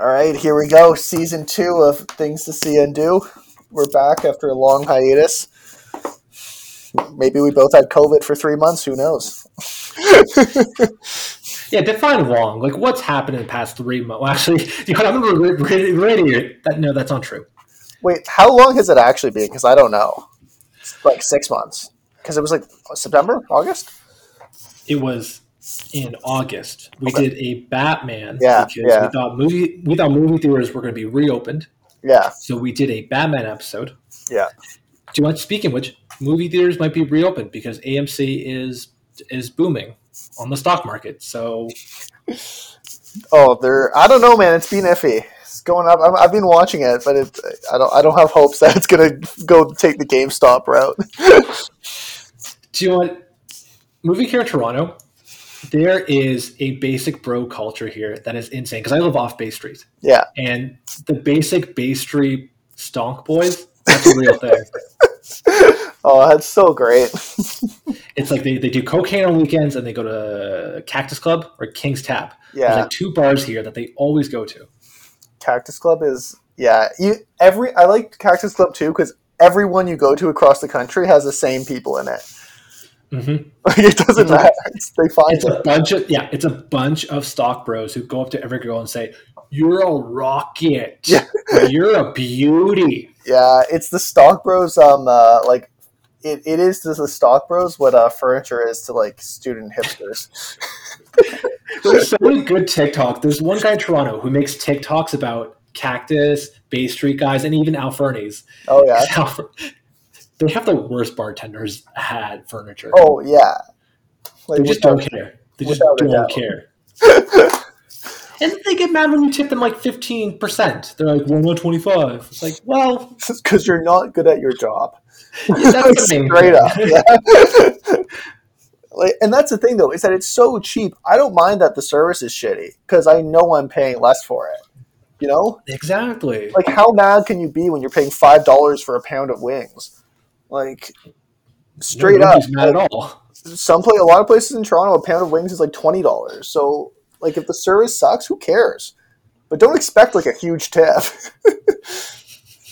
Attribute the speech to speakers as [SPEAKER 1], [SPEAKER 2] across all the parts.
[SPEAKER 1] All right, here we go. Season two of Things to See and Do. We're back after a long hiatus. Maybe we both had COVID for three months. Who knows?
[SPEAKER 2] Yeah, define long. Like, what's happened in the past three months? Well, actually, you know, I remember re- re- reading it. That, no, that's not true.
[SPEAKER 1] Wait, how long has it actually been? Because I don't know. It's like six months. Because it was like September, August.
[SPEAKER 2] It was in August. We
[SPEAKER 1] Okay.
[SPEAKER 2] did a Batman
[SPEAKER 1] Yeah,
[SPEAKER 2] because
[SPEAKER 1] yeah.
[SPEAKER 2] we thought movie we thought movie theaters were going to be reopened.
[SPEAKER 1] Yeah,
[SPEAKER 2] So we did a Batman episode.
[SPEAKER 1] yeah.
[SPEAKER 2] Do you want speaking of which movie theaters might be reopened because AMC is is booming on the stock market. So
[SPEAKER 1] Oh, they're. I don't know, man. It's been iffy. It's going up. I'm, I've been watching it, but it. I don't. I don't have hopes that it's gonna go take the GameStop route.
[SPEAKER 2] do you want movie care Toronto? There is a basic bro culture here that is insane because I live off Bay Street.
[SPEAKER 1] yeah.
[SPEAKER 2] and the basic Bay Street stonk boys. That's a real thing.
[SPEAKER 1] Oh, that's so great.
[SPEAKER 2] It's like they, they do cocaine on weekends and they go to Cactus Club or King's Tap. There's
[SPEAKER 1] Yeah.
[SPEAKER 2] like two bars here that they always go to.
[SPEAKER 1] Cactus Club is yeah. You every I like Cactus Club too because everyone you go to across the country has the same people in it.
[SPEAKER 2] Mhm.
[SPEAKER 1] Like it doesn't
[SPEAKER 2] It's a-
[SPEAKER 1] matter. It's- they find
[SPEAKER 2] It's a
[SPEAKER 1] it.
[SPEAKER 2] bunch of yeah, it's a bunch of stock bros who go up to every girl and say, "You're a rocket.
[SPEAKER 1] Yeah.
[SPEAKER 2] You're a beauty."
[SPEAKER 1] Yeah, it's the Stock Bros. Um, uh, like it, it is to the Stock Bros. What uh, furniture is to like student hipsters.
[SPEAKER 2] There's so many good TikTok. There's one guy in Toronto who makes TikToks about cactus, Bay Street guys, and even Alfernes.
[SPEAKER 1] Oh yeah.
[SPEAKER 2] they have the worst bartenders had furniture.
[SPEAKER 1] Oh yeah. Like
[SPEAKER 2] they just
[SPEAKER 1] without-
[SPEAKER 2] don't care. They just
[SPEAKER 1] without a
[SPEAKER 2] don't
[SPEAKER 1] doubt.
[SPEAKER 2] care. And they get mad when you tip them like fifteen percent. They're like one one twenty five. It's like, well,
[SPEAKER 1] because you're not good at your job.
[SPEAKER 2] yeah, that's the main
[SPEAKER 1] Straight
[SPEAKER 2] thing.
[SPEAKER 1] up, yeah. like, and that's the thing though is that it's so cheap. I don't mind that the service is shitty because I know I'm paying less for it. You know,
[SPEAKER 2] exactly.
[SPEAKER 1] like how mad can you be when you're paying five dollars for a pound of wings? Like straight up,
[SPEAKER 2] Nobody's mad at all.
[SPEAKER 1] some place, a lot of places in Toronto, a pound of wings is like twenty dollars. So like if the service sucks, who cares? But don't expect like a huge tip.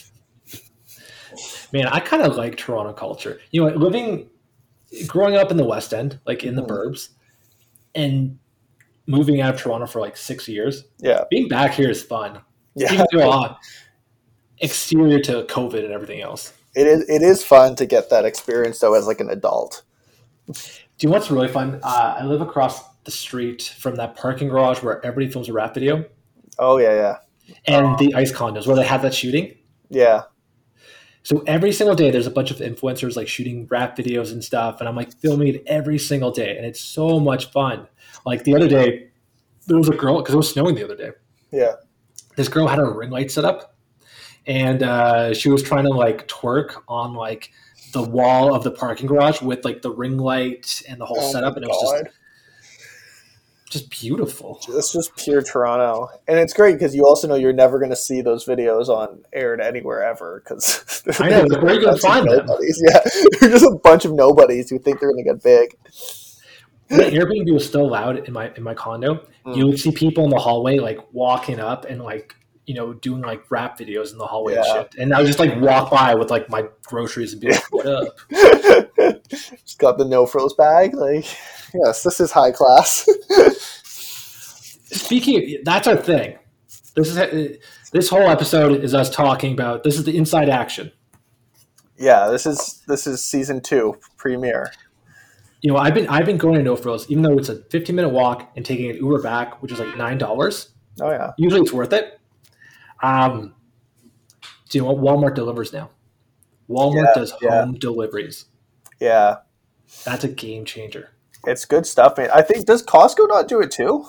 [SPEAKER 2] Man, I kind of like Toronto culture. You know, living, growing up in the West End, like in the
[SPEAKER 1] Mhm.
[SPEAKER 2] burbs, and moving out of Toronto for like six years.
[SPEAKER 1] yeah,
[SPEAKER 2] Being back here is fun.
[SPEAKER 1] yeah.
[SPEAKER 2] Even though uh, exterior to COVID and everything else.
[SPEAKER 1] It is. It is fun to get that experience though as like an adult.
[SPEAKER 2] Do you know what's really fun? Uh, I live across the street from that parking garage where everybody films a rap video
[SPEAKER 1] Oh yeah, yeah,
[SPEAKER 2] and the ice condos where they have that shooting.
[SPEAKER 1] yeah.
[SPEAKER 2] So every single day, there's a bunch of influencers like shooting rap videos and stuff, and I'm like filming it every single day, and it's so much fun. Like the other day, there was a girl because it was snowing the other day.
[SPEAKER 1] Yeah.
[SPEAKER 2] This girl had her ring light set up, and uh, she was trying to like twerk on like the wall of the parking garage with like the ring light and the whole
[SPEAKER 1] Oh
[SPEAKER 2] setup,
[SPEAKER 1] my
[SPEAKER 2] and it was
[SPEAKER 1] God.
[SPEAKER 2] just just beautiful.
[SPEAKER 1] It's just pure Toronto, and it's great because you also know you're never going to see those videos on aired anywhere ever. Because
[SPEAKER 2] I know, where are you gonna find them?
[SPEAKER 1] nobodies. Yeah, you're just a bunch of nobodies who think they're going to get big.
[SPEAKER 2] when Airbnb was still loud in my in my condo,
[SPEAKER 1] Mm.
[SPEAKER 2] you would see people in the hallway like walking up and like you know doing like rap videos in the hallway and
[SPEAKER 1] Yeah.
[SPEAKER 2] shit. And I would just like walk by with like my groceries and be like, "What up?"
[SPEAKER 1] just got the no frills bag. Like, yes, this is high class.
[SPEAKER 2] Speaking, of, that's our thing. This is this whole episode is us talking about this is the inside action.
[SPEAKER 1] yeah, this is this is season two premiere.
[SPEAKER 2] You know, I've been I've been going to No Frills, even though it's a 15 minute walk and taking an Uber back, which is like nine dollars.
[SPEAKER 1] Oh yeah,
[SPEAKER 2] Usually, it's worth it. Um, do you know what Walmart delivers now? Walmart
[SPEAKER 1] Yeah,
[SPEAKER 2] does
[SPEAKER 1] yeah.
[SPEAKER 2] home deliveries.
[SPEAKER 1] yeah,
[SPEAKER 2] That's a game changer.
[SPEAKER 1] it's good stuff. Man. I think does Costco not do it too?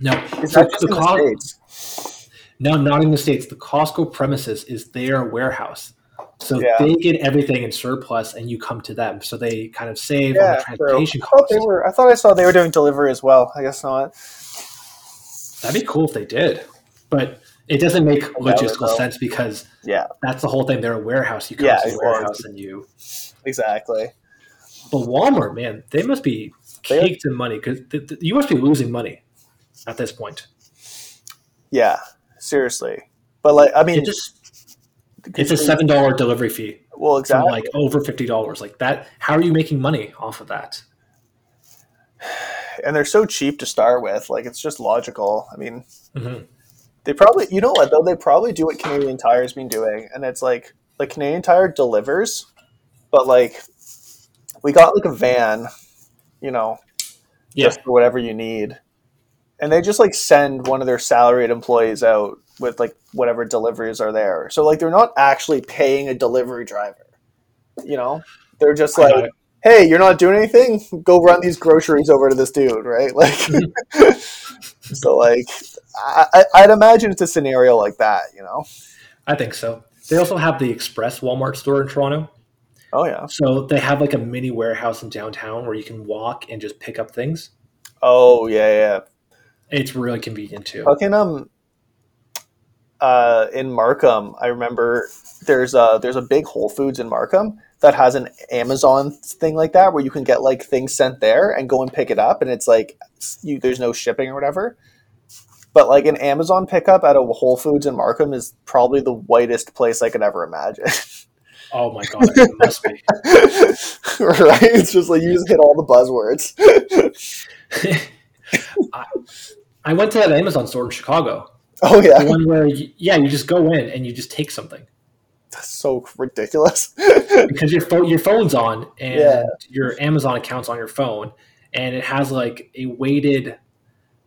[SPEAKER 2] No,
[SPEAKER 1] Is
[SPEAKER 2] so
[SPEAKER 1] that just in the
[SPEAKER 2] Co-
[SPEAKER 1] states?
[SPEAKER 2] no, not in the states. The Costco premises is their warehouse, so
[SPEAKER 1] Yeah.
[SPEAKER 2] they get everything in surplus, and you come to them. So they kind of save on
[SPEAKER 1] Yeah, true.
[SPEAKER 2] the
[SPEAKER 1] I
[SPEAKER 2] transportation
[SPEAKER 1] thought
[SPEAKER 2] costs.
[SPEAKER 1] they were. I thought I saw they were doing delivery as well. I guess not.
[SPEAKER 2] That'd be cool if they did, but it doesn't make
[SPEAKER 1] would
[SPEAKER 2] logistical
[SPEAKER 1] though.
[SPEAKER 2] sense because
[SPEAKER 1] Yeah,
[SPEAKER 2] that's the whole thing. They're a warehouse. You come
[SPEAKER 1] Yeah,
[SPEAKER 2] to the
[SPEAKER 1] exactly.
[SPEAKER 2] warehouse, and you.
[SPEAKER 1] exactly.
[SPEAKER 2] But Walmart, man, they must be
[SPEAKER 1] They are-
[SPEAKER 2] caked in money because th- th- you must be losing money at this point.
[SPEAKER 1] Yeah, seriously. But like, I mean,
[SPEAKER 2] It just it's a seven dollar delivery fee
[SPEAKER 1] well,
[SPEAKER 2] from
[SPEAKER 1] exactly.
[SPEAKER 2] like over fifty dollars. Like that, how are you making money off of that?
[SPEAKER 1] and they're so cheap to start with. Like, it's just logical. I mean,
[SPEAKER 2] Mhm.
[SPEAKER 1] they probably, you know what though, they probably do what Canadian Tire's been doing, and it's like like Canadian Tire delivers, but like we got like a van, you know,
[SPEAKER 2] Yeah,
[SPEAKER 1] just for whatever you need. And they just like send one of their salaried employees out with like whatever deliveries are there. So like they're not actually paying a delivery driver. You know? They're just
[SPEAKER 2] I got
[SPEAKER 1] like, hey, you're not doing anything? Go run these groceries over to this dude, right? Like So like I, I- I'd imagine it's a scenario like that, you know?
[SPEAKER 2] I think so. They also have the Express Walmart store in Toronto.
[SPEAKER 1] Oh yeah.
[SPEAKER 2] So they have like a mini warehouse in downtown where you can walk and just pick up things.
[SPEAKER 1] Oh yeah, yeah.
[SPEAKER 2] It's really convenient too.
[SPEAKER 1] Fucking um, uh, in Markham, I remember there's a there's a big Whole Foods in Markham that has an Amazon thing like that where you can get like things sent there and go and pick it up, and it's like you, there's no shipping or whatever. But like an Amazon pickup at a Whole Foods in Markham is probably the whitest place I could ever imagine.
[SPEAKER 2] Oh my god, it must be.
[SPEAKER 1] right? It's just like you just hit all the buzzwords.
[SPEAKER 2] I, I went to that Amazon store in Chicago,
[SPEAKER 1] Oh
[SPEAKER 2] the
[SPEAKER 1] yeah,
[SPEAKER 2] one where you, yeah, you just go in and you just take something
[SPEAKER 1] that's so ridiculous.
[SPEAKER 2] because your phone your phone's on and
[SPEAKER 1] Yeah.
[SPEAKER 2] your Amazon account's on your phone, and it has like a weighted,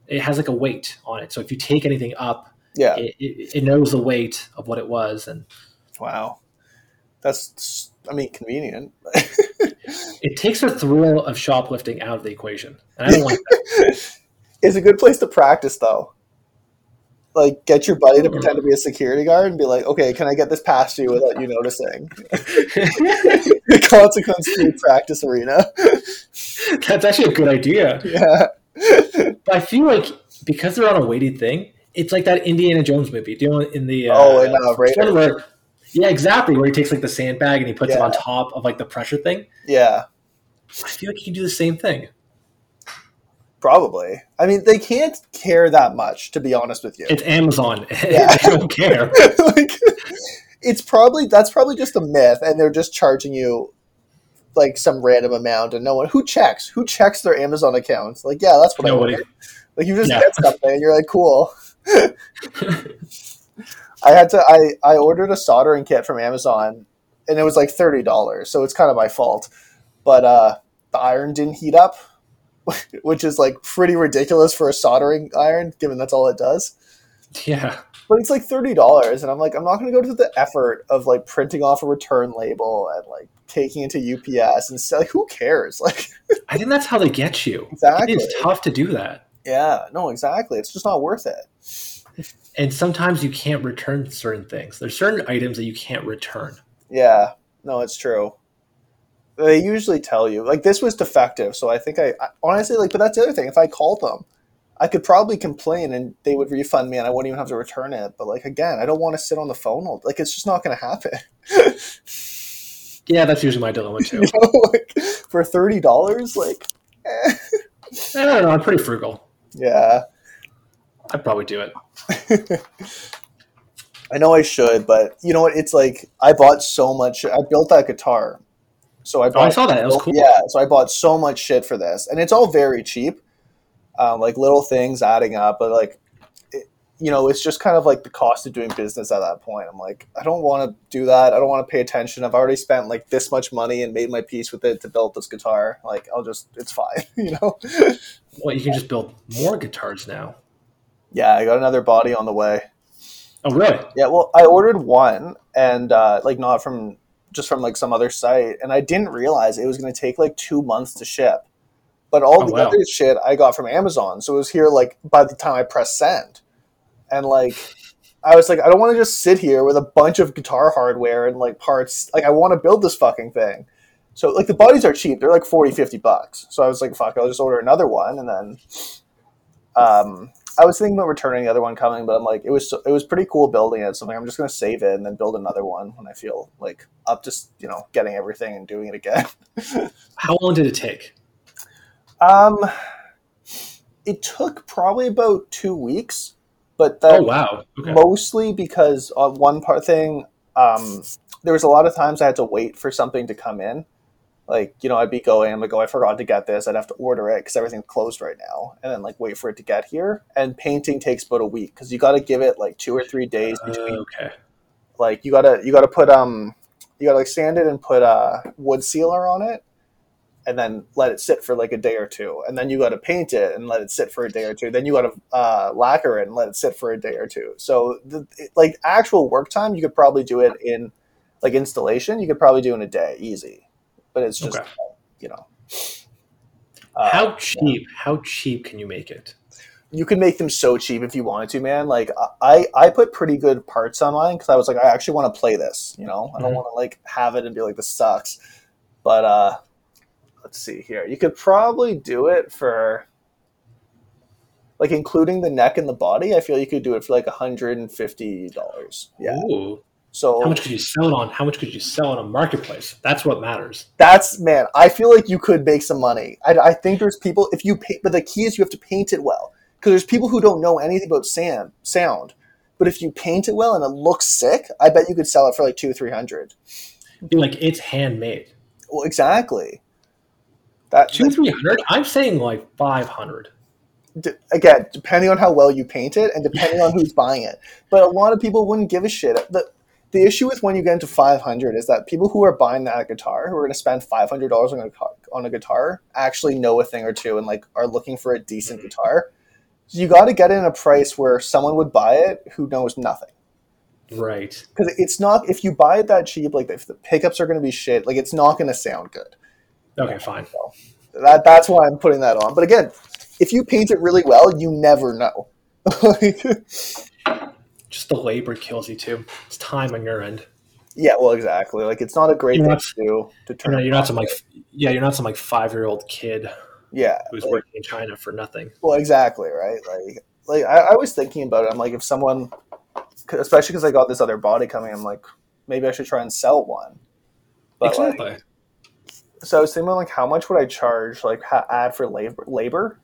[SPEAKER 2] it has like a weight on it. So if you take anything up,
[SPEAKER 1] yeah.
[SPEAKER 2] it, it, it knows the weight of what it was, and
[SPEAKER 1] Wow. That's, I mean, convenient.
[SPEAKER 2] it takes the thrill of shoplifting out of the equation. And I don't like that.
[SPEAKER 1] It's a good place to practice, though. Like, get your buddy to pretend to be a security guard and be like, okay, can I get this past you without you noticing? Consequence free practice arena.
[SPEAKER 2] That's actually a good idea.
[SPEAKER 1] Yeah.
[SPEAKER 2] But I feel like because they're on a weighted thing, it's like that Indiana Jones movie. Do you know in the uh,
[SPEAKER 1] Oh, in, uh,
[SPEAKER 2] it's
[SPEAKER 1] Raiders.
[SPEAKER 2] one where- yeah, exactly. Where he takes like the sandbag and he puts it
[SPEAKER 1] Yeah.
[SPEAKER 2] on top of like the pressure thing.
[SPEAKER 1] Yeah.
[SPEAKER 2] I feel like you can do the same thing.
[SPEAKER 1] Probably. I mean, they can't care that much, to be honest with you.
[SPEAKER 2] It's Amazon.
[SPEAKER 1] Yeah.
[SPEAKER 2] I don't care.
[SPEAKER 1] like, it's probably that's probably just a myth, and they're just charging you like some random amount, and no one who checks who checks their Amazon accounts. Like, yeah, that's what I
[SPEAKER 2] Nobody.
[SPEAKER 1] ordered. Like, you just
[SPEAKER 2] Yeah.
[SPEAKER 1] get something, and you're like, cool. I had to. I I ordered a soldering kit from Amazon, and it was like thirty dollars, so it's kind of my fault. But uh, the iron didn't heat up, which is like pretty ridiculous for a soldering iron, given that's all it does.
[SPEAKER 2] Yeah.
[SPEAKER 1] But it's like thirty dollars, and I'm like, I'm not going to go to the effort of like printing off a return label and like taking it to UPS and stuff. Like, who cares? Like,
[SPEAKER 2] I think that's how they get you.
[SPEAKER 1] exactly.
[SPEAKER 2] It is tough to do that.
[SPEAKER 1] Yeah, no, exactly. It's just not worth it.
[SPEAKER 2] And sometimes you can't return certain things. There's certain items that you can't return.
[SPEAKER 1] Yeah, no, it's true. They usually tell you like this was defective, so I think I, I honestly like. But that's the other thing. If I called them, I could probably complain and they would refund me, and I wouldn't even have to return it. But like again, I don't want to sit on the phone. All, like it's just not going to happen.
[SPEAKER 2] Yeah, that's usually my dilemma too.
[SPEAKER 1] You know, like for thirty dollars, like eh.
[SPEAKER 2] I don't know. I'm pretty frugal.
[SPEAKER 1] yeah.
[SPEAKER 2] I'd probably do it.
[SPEAKER 1] I know I should, but you know what? It's like I bought so much. I built that guitar, so I
[SPEAKER 2] Oh, I
[SPEAKER 1] bought.
[SPEAKER 2] saw that. That was cool.
[SPEAKER 1] Yeah, so I bought so much shit for this, and it's all very cheap, um, like little things adding up. But like, it, you know, it's just kind of like the cost of doing business at that point. I'm like, I don't want to do that. I don't want to pay attention. I've already spent like this much money and made my peace with it to build this guitar. Like, I'll just, it's fine, you know.
[SPEAKER 2] Well, you can just build more guitars now.
[SPEAKER 1] yeah, I got another body on the way.
[SPEAKER 2] Oh, really?
[SPEAKER 1] Yeah, well, I ordered one and uh, like not from just from like some other site, and I didn't realize it was going to take like two months to ship. But all
[SPEAKER 2] Oh,
[SPEAKER 1] the
[SPEAKER 2] wow.
[SPEAKER 1] other shit I got from Amazon, so it was here like by the time I pressed send, and like I was like, I don't want to just sit here with a bunch of guitar hardware and like parts. Like I want to build this fucking thing. So like the bodies are cheap; they're like 40, 50 bucks. So I was like, fuck, I'll just order another one, and then um, I was thinking about returning the other one coming, but I'm like, it was so, it was pretty cool building it. So I'm like, I'm just gonna save it and then build another one when I feel like up to s- you know getting everything and doing it again.
[SPEAKER 2] How long did it take?
[SPEAKER 1] Um, it took probably about two weeks, but that
[SPEAKER 2] Oh wow. Okay.
[SPEAKER 1] mostly because on one part thing, um, there was a lot of times I had to wait for something to come in. Like you know, I'd be going, I'm like, oh, I forgot to get this. I'd have to order it because everything's closed right now, and then like wait for it to get here. And painting takes about a week because you got to give it like two or three days
[SPEAKER 2] Uh,
[SPEAKER 1] between.
[SPEAKER 2] okay.
[SPEAKER 1] Like you gotta you gotta put um you gotta like sand it and put uh, wood sealer on it, and then let it sit for like a day or two, and then you gotta paint it and let it sit for a day or two. Then you gotta uh, lacquer it and let it sit for a day or two. So the, it- like actual work time, you could probably do it in like installation. You could probably do in a day, easy. But it's just
[SPEAKER 2] Okay.
[SPEAKER 1] you know. Uh,
[SPEAKER 2] how cheap? How cheap can you make it?
[SPEAKER 1] you can make them so cheap if you wanted to, man. Like I, I put pretty good parts on mine because I was like, I actually want to play this. You know, I don't
[SPEAKER 2] Mhm.
[SPEAKER 1] want to like have it and be like, this sucks. But uh, let's see here. You could probably do it for like including the neck and the body. I feel you could do it for like hundred and fifty dollars. Yeah.
[SPEAKER 2] Ooh.
[SPEAKER 1] So
[SPEAKER 2] How much could you sell it on? How much could you sell on a marketplace? That's what matters.
[SPEAKER 1] that's man. I feel like you could make some money. I, I think there's people if you paint, but the key is you have to paint it well because there's people who don't know anything about sand sound. But if you paint it well and it looks sick, I bet you could sell it for like two three hundred.
[SPEAKER 2] Be like it's handmade.
[SPEAKER 1] Well, exactly. That,
[SPEAKER 2] Two three hundred. I'm saying like five hundred.
[SPEAKER 1] d- again, depending on how well you paint it and depending on who's buying it. But a lot of people wouldn't give a shit. The, the issue with when you get into 500 is that people who are buying that guitar, who are going to spend $500 on a, car- on a guitar, actually know a thing or two and like are looking for a decent guitar. So you got to get in a price where someone would buy it who knows nothing.
[SPEAKER 2] Right.
[SPEAKER 1] Because it's not, if you buy it that cheap, like if the pickups are going to be shit, like it's not going to sound good
[SPEAKER 2] Okay. Fine.
[SPEAKER 1] that that's why I'm putting that on. But again, if you paint it really well, you never know. Like,
[SPEAKER 2] Just the labor kills you too. It's time on your end.
[SPEAKER 1] yeah, well, exactly. Like it's not a great
[SPEAKER 2] You're
[SPEAKER 1] thing
[SPEAKER 2] not-
[SPEAKER 1] to do to
[SPEAKER 2] You're
[SPEAKER 1] turn.
[SPEAKER 2] not, you're not some like yeah. You're not some like five year old kid
[SPEAKER 1] Yeah,
[SPEAKER 2] who's working in China for nothing.
[SPEAKER 1] well, exactly, right? Like, like I, I was thinking about it. I'm like, if someone, especially because I got this other body coming, I'm like, maybe I should try and sell one. But like,
[SPEAKER 2] exactly.
[SPEAKER 1] so I was thinking like, how much would I charge? Like, ha- add for labor, labor,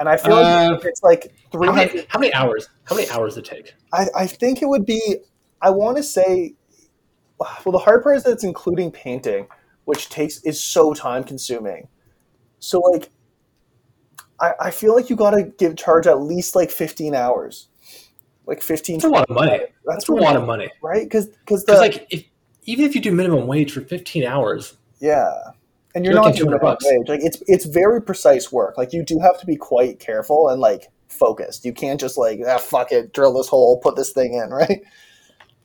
[SPEAKER 1] and I feel
[SPEAKER 2] Uh,
[SPEAKER 1] like it's like three
[SPEAKER 2] How
[SPEAKER 1] hundred.
[SPEAKER 2] many, how many hours? How many hours does it take?
[SPEAKER 1] I, I think it would be. I want to say, well, the hard part is that it's including painting, which takes is so time consuming. So like, I, I feel like you gotta give charge at least like fifteen hours, like fifteen.
[SPEAKER 2] That's a lot of money. That's,
[SPEAKER 1] That's
[SPEAKER 2] a
[SPEAKER 1] what-
[SPEAKER 2] lot of money.
[SPEAKER 1] right? Because because the
[SPEAKER 2] Because like if even if you do minimum wage for 15 hours,
[SPEAKER 1] yeah, and you're,
[SPEAKER 2] You're
[SPEAKER 1] not
[SPEAKER 2] looking
[SPEAKER 1] doing it on
[SPEAKER 2] 200 bucks.
[SPEAKER 1] wage. Like it's it's very precise work. Like you do have to be quite careful and like focused. You can't just like ah fuck it, drill this hole, put this thing in, right?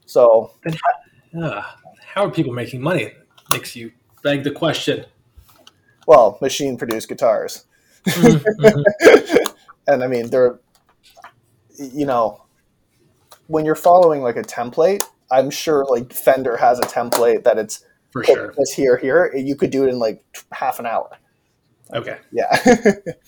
[SPEAKER 1] So
[SPEAKER 2] uh, how are people making money? Makes you beg the question.
[SPEAKER 1] well, machine produced guitars.
[SPEAKER 2] Mhm, mhm.
[SPEAKER 1] and I mean, they're, you know, when you're following like a template, I'm sure like Fender has a template that it's
[SPEAKER 2] for
[SPEAKER 1] put
[SPEAKER 2] sure.
[SPEAKER 1] this here, here. You could do it in like t- half an hour.
[SPEAKER 2] Okay.
[SPEAKER 1] Yeah.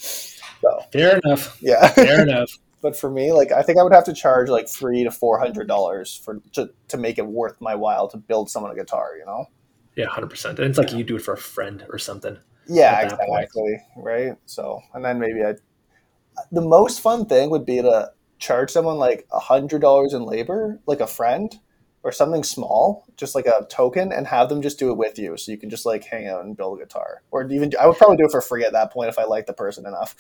[SPEAKER 2] Fair enough.
[SPEAKER 1] yeah.
[SPEAKER 2] Fair enough.
[SPEAKER 1] But for me, like, I think I would have to charge like three to four hundred dollars for to, to make it worth my while to build someone a guitar, you know?
[SPEAKER 2] Yeah, 100%. And it's like you do it for a friend or something.
[SPEAKER 1] Yeah,
[SPEAKER 2] at that point.
[SPEAKER 1] exactly. Right. So, and then maybe I, the most fun thing would be to charge someone like a hundred dollars in labor, like a friend or something small, just like a token, and have them just do it with you, so you can just like hang out and build a guitar, or even I would probably do it for free at that point if I liked the person enough.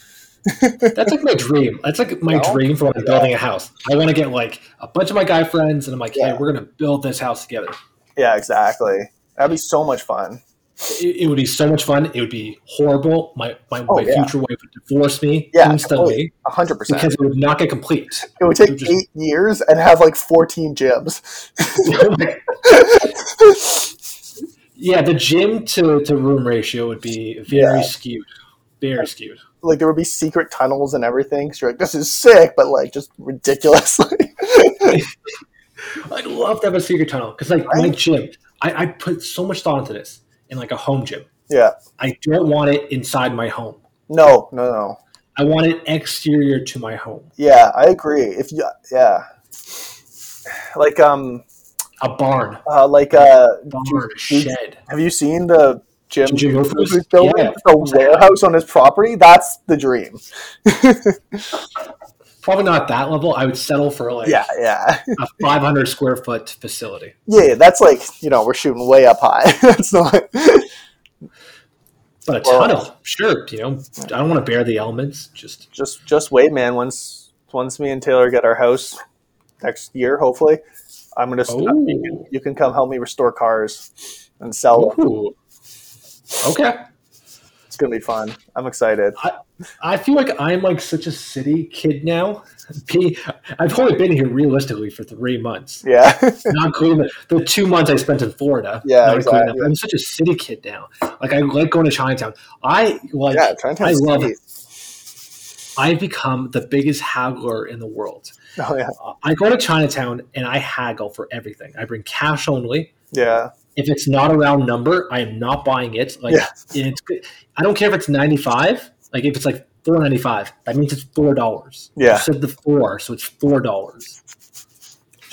[SPEAKER 2] That's like my dream. That's like my
[SPEAKER 1] No?
[SPEAKER 2] dream for when I'm
[SPEAKER 1] Yeah.
[SPEAKER 2] building a house. I want to get like a bunch of my guy friends and I'm like,
[SPEAKER 1] Yeah.
[SPEAKER 2] hey, we're going to build this house together.
[SPEAKER 1] Yeah, exactly. That'd be so much fun.
[SPEAKER 2] It, it would be so much fun. It would be horrible. My, my,
[SPEAKER 1] Oh,
[SPEAKER 2] my
[SPEAKER 1] yeah.
[SPEAKER 2] future wife would divorce me
[SPEAKER 1] Yeah,
[SPEAKER 2] instantly.
[SPEAKER 1] A hundred percent.
[SPEAKER 2] because it would not get complete.
[SPEAKER 1] It would
[SPEAKER 2] it
[SPEAKER 1] take
[SPEAKER 2] would just-
[SPEAKER 1] eight years and have like fourteen gyms.
[SPEAKER 2] yeah, the gym to, to room ratio would be very
[SPEAKER 1] Yeah.
[SPEAKER 2] skewed. Very skewed.
[SPEAKER 1] like there would be secret tunnels and everything. Cause you're like, this is sick, but like just ridiculous. Like,
[SPEAKER 2] I'd love to have a secret tunnel because, like, my
[SPEAKER 1] Right?
[SPEAKER 2] gym, I, I put so much thought into this in like a home gym.
[SPEAKER 1] yeah,
[SPEAKER 2] I don't want it inside my home.
[SPEAKER 1] no, no, no.
[SPEAKER 2] I want it exterior to my home.
[SPEAKER 1] Yeah, I agree. If you, yeah, like um,
[SPEAKER 2] A barn,
[SPEAKER 1] uh, like uh,
[SPEAKER 2] barn, a shed.
[SPEAKER 1] have you seen the gym?
[SPEAKER 2] Jim Gophers?
[SPEAKER 1] who's building
[SPEAKER 2] Yeah.
[SPEAKER 1] a warehouse on his property. That's the dream.
[SPEAKER 2] probably not that level. I would settle for like
[SPEAKER 1] yeah, yeah,
[SPEAKER 2] a 500 square foot facility.
[SPEAKER 1] yeah, yeah. That's like you know we're shooting way up high. that's not.
[SPEAKER 2] But a
[SPEAKER 1] Well-
[SPEAKER 2] tunnel, sure. You know, I don't want to bear the elements. Just
[SPEAKER 1] just just wait, man. Once once me and Taylor get our house next year, hopefully, I'm gonna. st-
[SPEAKER 2] Ooh.
[SPEAKER 1] you, can, you can come help me restore cars and sell them.
[SPEAKER 2] ooh. Okay.
[SPEAKER 1] It's gonna be fun. I'm excited.
[SPEAKER 2] I feel like I'm like such a city kid now. P- I've only been here realistically for three months,
[SPEAKER 1] Yeah,
[SPEAKER 2] not including the, the two months I spent in Florida.
[SPEAKER 1] Yeah,
[SPEAKER 2] not including that.
[SPEAKER 1] exactly.
[SPEAKER 2] I'm such a city kid now. Like I like going to Chinatown. I like
[SPEAKER 1] yeah. Trying to
[SPEAKER 2] I love it. I've become the biggest haggler in the world.
[SPEAKER 1] Oh yeah,
[SPEAKER 2] Uh, I go to Chinatown and I haggle for everything. I bring cash only.
[SPEAKER 1] yeah,
[SPEAKER 2] If it's not a round number, I am not buying it. Like
[SPEAKER 1] Yeah.
[SPEAKER 2] and it's, I don't care if it's ninety five. Like if it's like four ninety five, that means it's four dollars.
[SPEAKER 1] Yeah.
[SPEAKER 2] You said the four, so it's four dollars.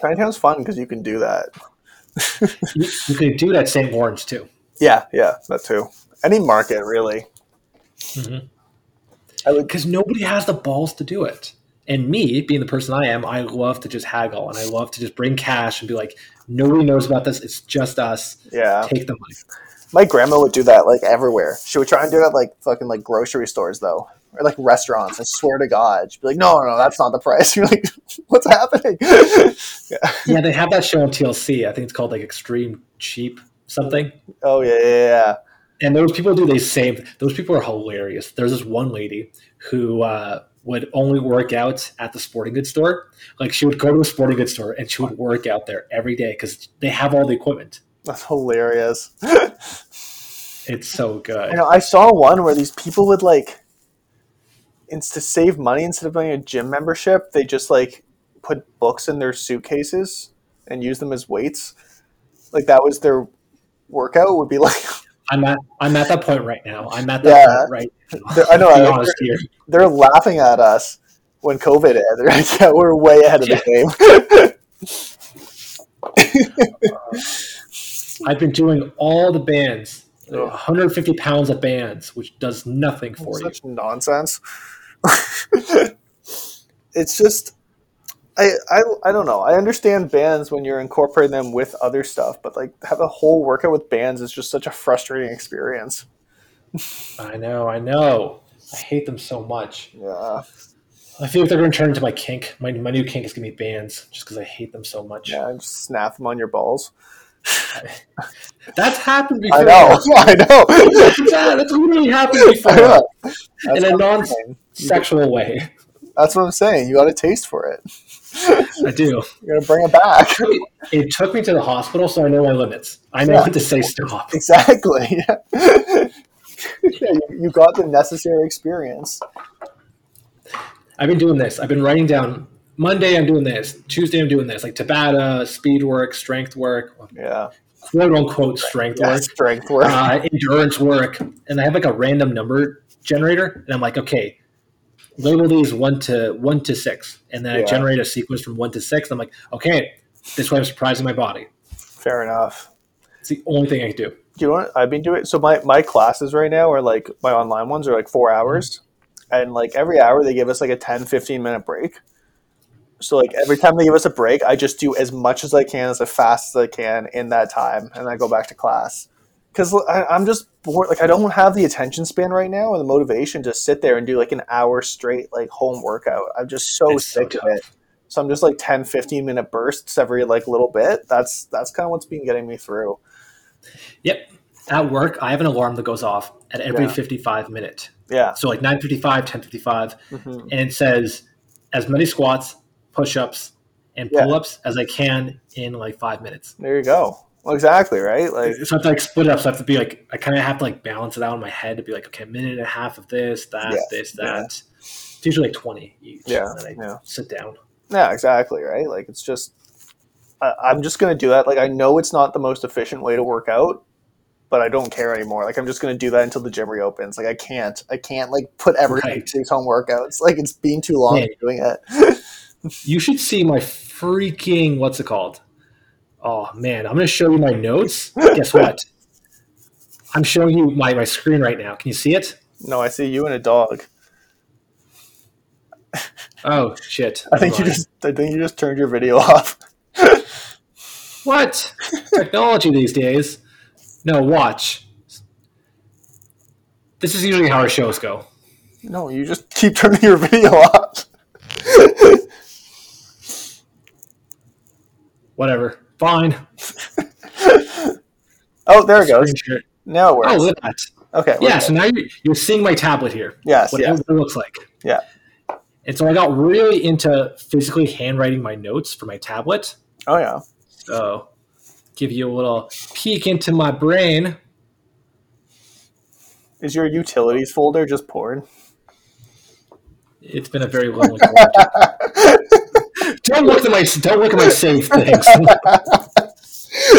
[SPEAKER 1] Chinatown's fun because you can do that.
[SPEAKER 2] you, you could do that St. Lawrence too.
[SPEAKER 1] Yeah, yeah, that too. Any market really. I would
[SPEAKER 2] because nobody has the balls to do it. And me, being the person I am, I love to just haggle and I love to just bring cash and be like, nobody knows about this. It's just us.
[SPEAKER 1] Yeah,
[SPEAKER 2] Take the money.
[SPEAKER 1] my grandma would do that like everywhere. She would try and do it at, like fucking like grocery stores though, or like restaurants. I swear to God, she'd be like, "No, no, no, that's not the price." You're like, "What's happening?"
[SPEAKER 2] yeah, they have that show on TLC. I think it's called like Extreme Cheap something.
[SPEAKER 1] oh yeah, yeah, yeah.
[SPEAKER 2] And those people do the same. Those people are hilarious. There's this one lady who uh, would only work out at the sporting goods store. Like she would go to a sporting goods store and she would work out there every day because they have all the equipment.
[SPEAKER 1] That's hilarious.
[SPEAKER 2] It's so good.
[SPEAKER 1] I know. I saw one where these people would like, ins- to save money instead of buying a gym membership, they just like put books in their suitcases and use them as weights. Like that was their workout. Would be like,
[SPEAKER 2] I'm at I'm at that point right now. I'm at that
[SPEAKER 1] Yeah.
[SPEAKER 2] point right now.
[SPEAKER 1] There- I know,
[SPEAKER 2] Be
[SPEAKER 1] I-
[SPEAKER 2] honest here.
[SPEAKER 1] they're laughing at us when COVID hit. They're like, yeah, we're way ahead of the game.
[SPEAKER 2] I've been doing all the bands,
[SPEAKER 1] Ugh.
[SPEAKER 2] 150 pounds of bands, which does nothing for you.
[SPEAKER 1] Such nonsense. it's just, I, I, I don't know. I understand bands when you're incorporating them with other stuff, but like have a whole workout with bands is just such a frustrating experience.
[SPEAKER 2] I know, I know. I hate them so much.
[SPEAKER 1] Yeah,
[SPEAKER 2] I feel like they're going to turn into my kink. My, my new kink is going to be bands, just because I hate them so much.
[SPEAKER 1] yeah. and Just snap them on your balls.
[SPEAKER 2] That's happened before.
[SPEAKER 1] I know. I know.
[SPEAKER 2] Yeah, that's literally happened
[SPEAKER 1] I know.
[SPEAKER 2] before in
[SPEAKER 1] That's
[SPEAKER 2] a
[SPEAKER 1] what I'm
[SPEAKER 2] non
[SPEAKER 1] saying.
[SPEAKER 2] sexual way.
[SPEAKER 1] That's what I'm saying. You got a taste for it.
[SPEAKER 2] I do.
[SPEAKER 1] You're gonna bring it back.
[SPEAKER 2] It took me to the hospital, so I know my limits. I know
[SPEAKER 1] Yeah.
[SPEAKER 2] when to say stop.
[SPEAKER 1] Exactly. Yeah. yeah, you, you got the necessary experience.
[SPEAKER 2] I've been doing this. I've been writing down Monday I'm doing this, Tuesday I'm doing this, like Tabata, speed work, strength work,
[SPEAKER 1] Yeah.
[SPEAKER 2] quote unquote strength
[SPEAKER 1] yeah
[SPEAKER 2] work,
[SPEAKER 1] strength work.
[SPEAKER 2] uh, endurance work, and I have like a random number generator, and I'm like, okay, label these one to one to six, and then I
[SPEAKER 1] Yeah.
[SPEAKER 2] generate a sequence from one to six. I'm like, okay, this way I'm surprising my body.
[SPEAKER 1] Fair enough.
[SPEAKER 2] It's the only thing I can do.
[SPEAKER 1] do you want i've been doing so my my classes right now are like my online ones are like four hours and like every hour they give us like a 10 15 minute break so like every time they give us a break i just do as much as i can as fast as i can in that time and i go back to class because i'm just bored like i don't have the attention span right now and the motivation to sit there and do like an hour straight like home workout i'm just so
[SPEAKER 2] It's so
[SPEAKER 1] Oh, sick
[SPEAKER 2] tough.
[SPEAKER 1] of it so i'm just like 10 15 minute bursts every like little bit that's that's kind of what's been getting me through
[SPEAKER 2] Yep. At work, I have an alarm that goes off at every
[SPEAKER 1] Yeah.
[SPEAKER 2] 55 minute.
[SPEAKER 1] yeah
[SPEAKER 2] So like 9:55, 10:55,
[SPEAKER 1] Mhm.
[SPEAKER 2] and it says as many squats, push ups, and
[SPEAKER 1] Yeah.
[SPEAKER 2] pull ups as I can in like five minutes.
[SPEAKER 1] There you go. Well, exactly right. Like,
[SPEAKER 2] So I have to like split it up. So I have to be like, I kind of have to like balance it out in my head to be like, okay, a minute and a half of this, that,
[SPEAKER 1] Yeah.
[SPEAKER 2] this, that.
[SPEAKER 1] Yeah.
[SPEAKER 2] It's usually like 20 each.
[SPEAKER 1] Yeah.
[SPEAKER 2] And then I
[SPEAKER 1] Yeah.
[SPEAKER 2] sit down.
[SPEAKER 1] yeah, exactly right. Like, it's just, I, I'm just gonna do that. Like, I know it's not the most efficient way to work out, but I don't care anymore. Like, I'm just gonna do that until the gym reopens. Like, I can't, I can't like put every
[SPEAKER 2] Right.
[SPEAKER 1] into these home workouts. Like, it's been too long
[SPEAKER 2] Yeah.
[SPEAKER 1] doing it.
[SPEAKER 2] You should see my freaking, what's it called? Oh man, I'm going to show you my notes. Guess what? I'm showing you my, my screen right now. Can you see it?
[SPEAKER 1] no, I see you and a dog.
[SPEAKER 2] Oh shit!
[SPEAKER 1] I think
[SPEAKER 2] Never
[SPEAKER 1] you
[SPEAKER 2] mind.
[SPEAKER 1] just I think you just turned your video off.
[SPEAKER 2] what technology these days. No, watch. This is usually how our shows go.
[SPEAKER 1] No, you just keep turning your video off.
[SPEAKER 2] Whatever. Fine.
[SPEAKER 1] Oh, there it goes.
[SPEAKER 2] Screen share.
[SPEAKER 1] Now it works.
[SPEAKER 2] Oh, look at that.
[SPEAKER 1] okay. we're
[SPEAKER 2] Yeah,
[SPEAKER 1] good.
[SPEAKER 2] so now you're, you're seeing my tablet here.
[SPEAKER 1] Yes,
[SPEAKER 2] What
[SPEAKER 1] yeah.
[SPEAKER 2] it looks like.
[SPEAKER 1] Yeah.
[SPEAKER 2] And so I got really into physically handwriting my notes for my tablet.
[SPEAKER 1] Oh yeah.
[SPEAKER 2] So give you a little peek into my brain.
[SPEAKER 1] Is your
[SPEAKER 2] Oh.
[SPEAKER 1] utilities folder just porn?
[SPEAKER 2] It's been a very long time. don't look at my don't look at my save things.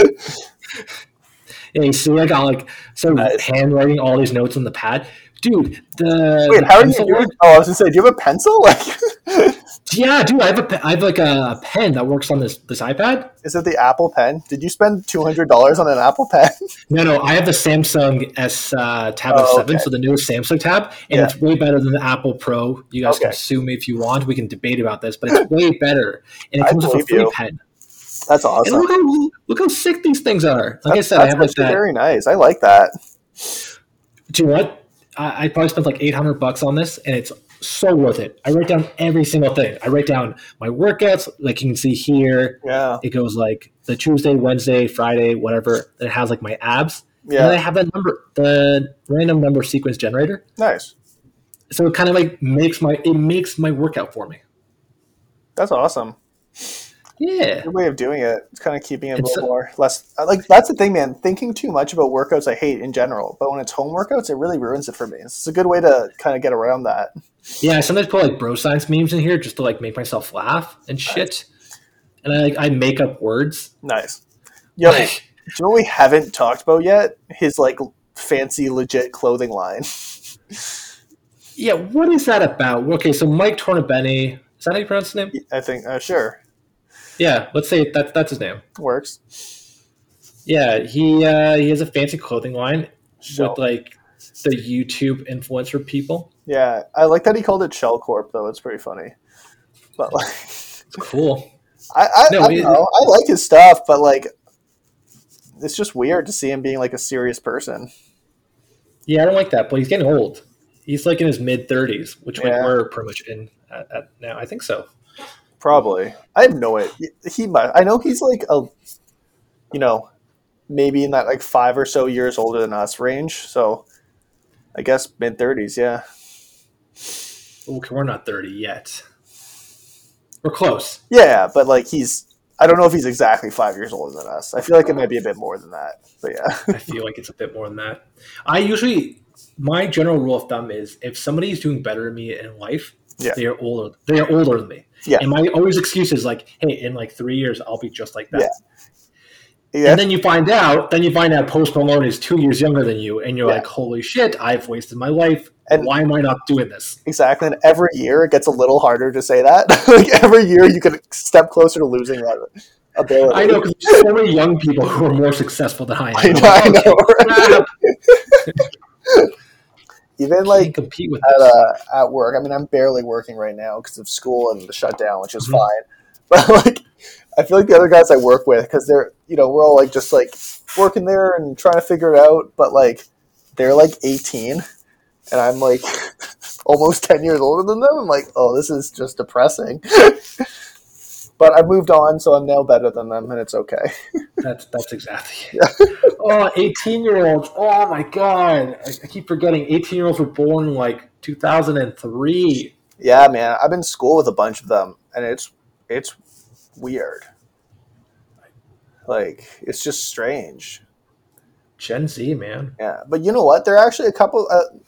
[SPEAKER 2] yeah, you see, I got like so
[SPEAKER 1] Nice.
[SPEAKER 2] handwriting all these notes on the pad, dude. The
[SPEAKER 1] Wait,
[SPEAKER 2] the
[SPEAKER 1] how are you
[SPEAKER 2] pencil
[SPEAKER 1] doing?
[SPEAKER 2] one-
[SPEAKER 1] Oh, I was gonna say, do you have a pencil? Like,
[SPEAKER 2] Yeah, dude, I have a pe- I have like a pen that works on this this iPad.
[SPEAKER 1] is it the Apple Pen? Did you spend two hundred dollars on an Apple Pen?
[SPEAKER 2] No, no, I have the Samsung S uh, Tab
[SPEAKER 1] Oh,
[SPEAKER 2] S7,
[SPEAKER 1] okay.
[SPEAKER 2] so the newest Samsung Tab, and
[SPEAKER 1] Yeah.
[SPEAKER 2] it's way better than the Apple Pro. You guys can
[SPEAKER 1] Okay.
[SPEAKER 2] sue me if you want. We can debate about this, but it's way better, and it
[SPEAKER 1] I
[SPEAKER 2] comes with a
[SPEAKER 1] believe
[SPEAKER 2] free
[SPEAKER 1] you.
[SPEAKER 2] pen.
[SPEAKER 1] That's
[SPEAKER 2] And
[SPEAKER 1] awesome.
[SPEAKER 2] look how look how sick these things are. Like I
[SPEAKER 1] That's-
[SPEAKER 2] said, I
[SPEAKER 1] that's
[SPEAKER 2] have like
[SPEAKER 1] actually
[SPEAKER 2] that.
[SPEAKER 1] very nice. I like that.
[SPEAKER 2] Do you know what? I, I probably spent like eight hundred bucks on this, and it's so worth it. I write down every single thing. I write down my workouts, like you can see here.
[SPEAKER 1] Yeah,
[SPEAKER 2] It goes like the Tuesday, Wednesday, Friday, whatever. Then it has like my abs, and then
[SPEAKER 1] yeah,
[SPEAKER 2] I have that number, the random number sequence generator.
[SPEAKER 1] nice.
[SPEAKER 2] So it kind of like makes my it makes my workout for me.
[SPEAKER 1] That's awesome.
[SPEAKER 2] Yeah.
[SPEAKER 1] Good way of doing it. It's kind of keeping it a
[SPEAKER 2] It's
[SPEAKER 1] little
[SPEAKER 2] a-
[SPEAKER 1] more less. I Like that's the thing, man. Thinking too much about workouts, I hate in general. But when it's home workouts, it really ruins it for me. It's a good way to kind of get around that.
[SPEAKER 2] Yeah, I sometimes put like bro science memes in here just to like make myself laugh and shit. And I like I make up words.
[SPEAKER 1] Nice. Yo, do
[SPEAKER 2] Like,
[SPEAKER 1] you know what we haven't talked about yet? His like fancy legit clothing line.
[SPEAKER 2] yeah, what is that about? Okay, so Mike Tornabene, is that how you pronounce his name?
[SPEAKER 1] I think uh, sure
[SPEAKER 2] Yeah, let's say that that's his name.
[SPEAKER 1] works.
[SPEAKER 2] Yeah, he uh, he has a fancy clothing line
[SPEAKER 1] Shell.
[SPEAKER 2] with uh, like the YouTube influencer people.
[SPEAKER 1] Yeah, I like that he called it Shell Corp though. It's pretty funny. But like,
[SPEAKER 2] It's cool.
[SPEAKER 1] I I,
[SPEAKER 2] No,
[SPEAKER 1] I don't
[SPEAKER 2] it-
[SPEAKER 1] know. I like his stuff, but like, it's just weird to see him being like a serious person.
[SPEAKER 2] Yeah, I don't like that, but he's getting old. He's like in his mid thirties, which like
[SPEAKER 1] Yeah.
[SPEAKER 2] we're pretty much in at, at now. I think so.
[SPEAKER 1] Probably. I have no idea. He might. I know he's like a, you know, maybe in that like five or so years older than us range. So, I guess mid thirties. Yeah.
[SPEAKER 2] Okay, we're not 30 yet. We're close.
[SPEAKER 1] Yeah, but like he's I don't know if he's exactly five years older than us. I feel like it might be a bit more than that. But yeah.
[SPEAKER 2] I feel like it's a bit more than that. I usually, my general rule of thumb is if somebody is doing better than me in life,
[SPEAKER 1] Yeah.
[SPEAKER 2] they are older. They are older than me.
[SPEAKER 1] Yeah.
[SPEAKER 2] And my always excuse is like, hey, in like three years, I'll be just like that.
[SPEAKER 1] Yeah. Yeah.
[SPEAKER 2] And then you find out, then you find out Post Malone is two years younger than you, and you're
[SPEAKER 1] Yeah.
[SPEAKER 2] like, holy shit, I've wasted my life.
[SPEAKER 1] And-
[SPEAKER 2] Why am I not doing this?
[SPEAKER 1] exactly. And every year it gets a little harder to say that. like every year you could step closer to losing that ability.
[SPEAKER 2] I know because there's so many young people who are more successful than I am.
[SPEAKER 1] I know, I know, right?
[SPEAKER 2] Crap,
[SPEAKER 1] Even
[SPEAKER 2] I
[SPEAKER 1] like
[SPEAKER 2] can't compete with
[SPEAKER 1] at
[SPEAKER 2] this.
[SPEAKER 1] uh, at work. I mean, I'm barely working right now because of school and the shutdown, which is
[SPEAKER 2] Mhm.
[SPEAKER 1] fine. But like, I feel like the other guys I work with, because they're you know we're all like just like working there and trying to figure it out. But like, they're like 18, and I'm like almost 10 years older than them. I'm like, oh, this is just depressing. but I moved on, so I'm now better than them, and it's okay.
[SPEAKER 2] That's that's exactly it. oh, 18 year olds. Oh my god. I, I keep forgetting 18 year olds were born in like 2003.
[SPEAKER 1] Yeah, man, I'm in school with a bunch of them, and it's it's weird. Like, it's just strange.
[SPEAKER 2] Gen Z, man.
[SPEAKER 1] Yeah, but you know what? There are actually a couple. Uh,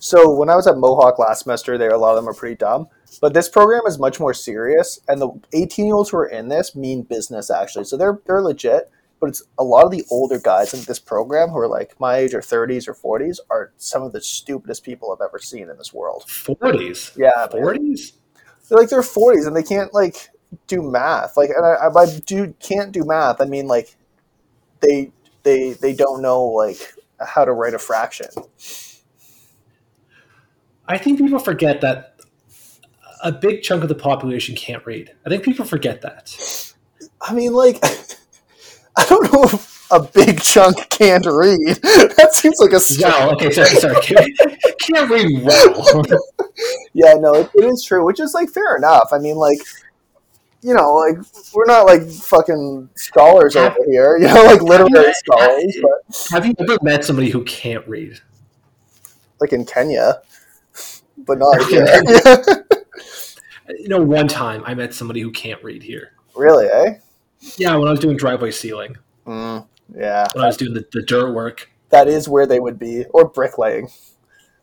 [SPEAKER 1] so when I was at Mohawk last semester, there a lot of them are pretty dumb. But this program is much more serious, and the 18 year olds who are in this mean business actually. So they're they're legit. But it's a lot of the older guys in this program who are like my age or 30s or 40s are some of the stupidest people I've ever seen in this world.
[SPEAKER 2] 40s.
[SPEAKER 1] Yeah, man.
[SPEAKER 2] 40s?
[SPEAKER 1] They're like they're 40s and they can't like do math. Like, and I, I by do can't do math. I mean like they they they don't know like how to write a fraction.
[SPEAKER 2] I think people forget that a big chunk of the population can't read. I think people forget that.
[SPEAKER 1] I mean, like, I don't know if a big chunk can't read. That seems like a
[SPEAKER 2] Well, okay, sorry, sorry. Can't, can't read well.
[SPEAKER 1] yeah, no, it, it is true, which is like fair enough. I mean, like, you know, like we're not like fucking scholars over here, you know, like literary scholars, but
[SPEAKER 2] Have you ever met somebody who can't read?
[SPEAKER 1] like in Kenya, but not
[SPEAKER 2] Okay.
[SPEAKER 1] here.
[SPEAKER 2] You know, one time I met somebody who can't read here.
[SPEAKER 1] really, eh?
[SPEAKER 2] Yeah, when I was doing driveway sealing,
[SPEAKER 1] Mm, yeah,
[SPEAKER 2] when I was doing the, the dirt work,
[SPEAKER 1] that is where they would be, or bricklaying.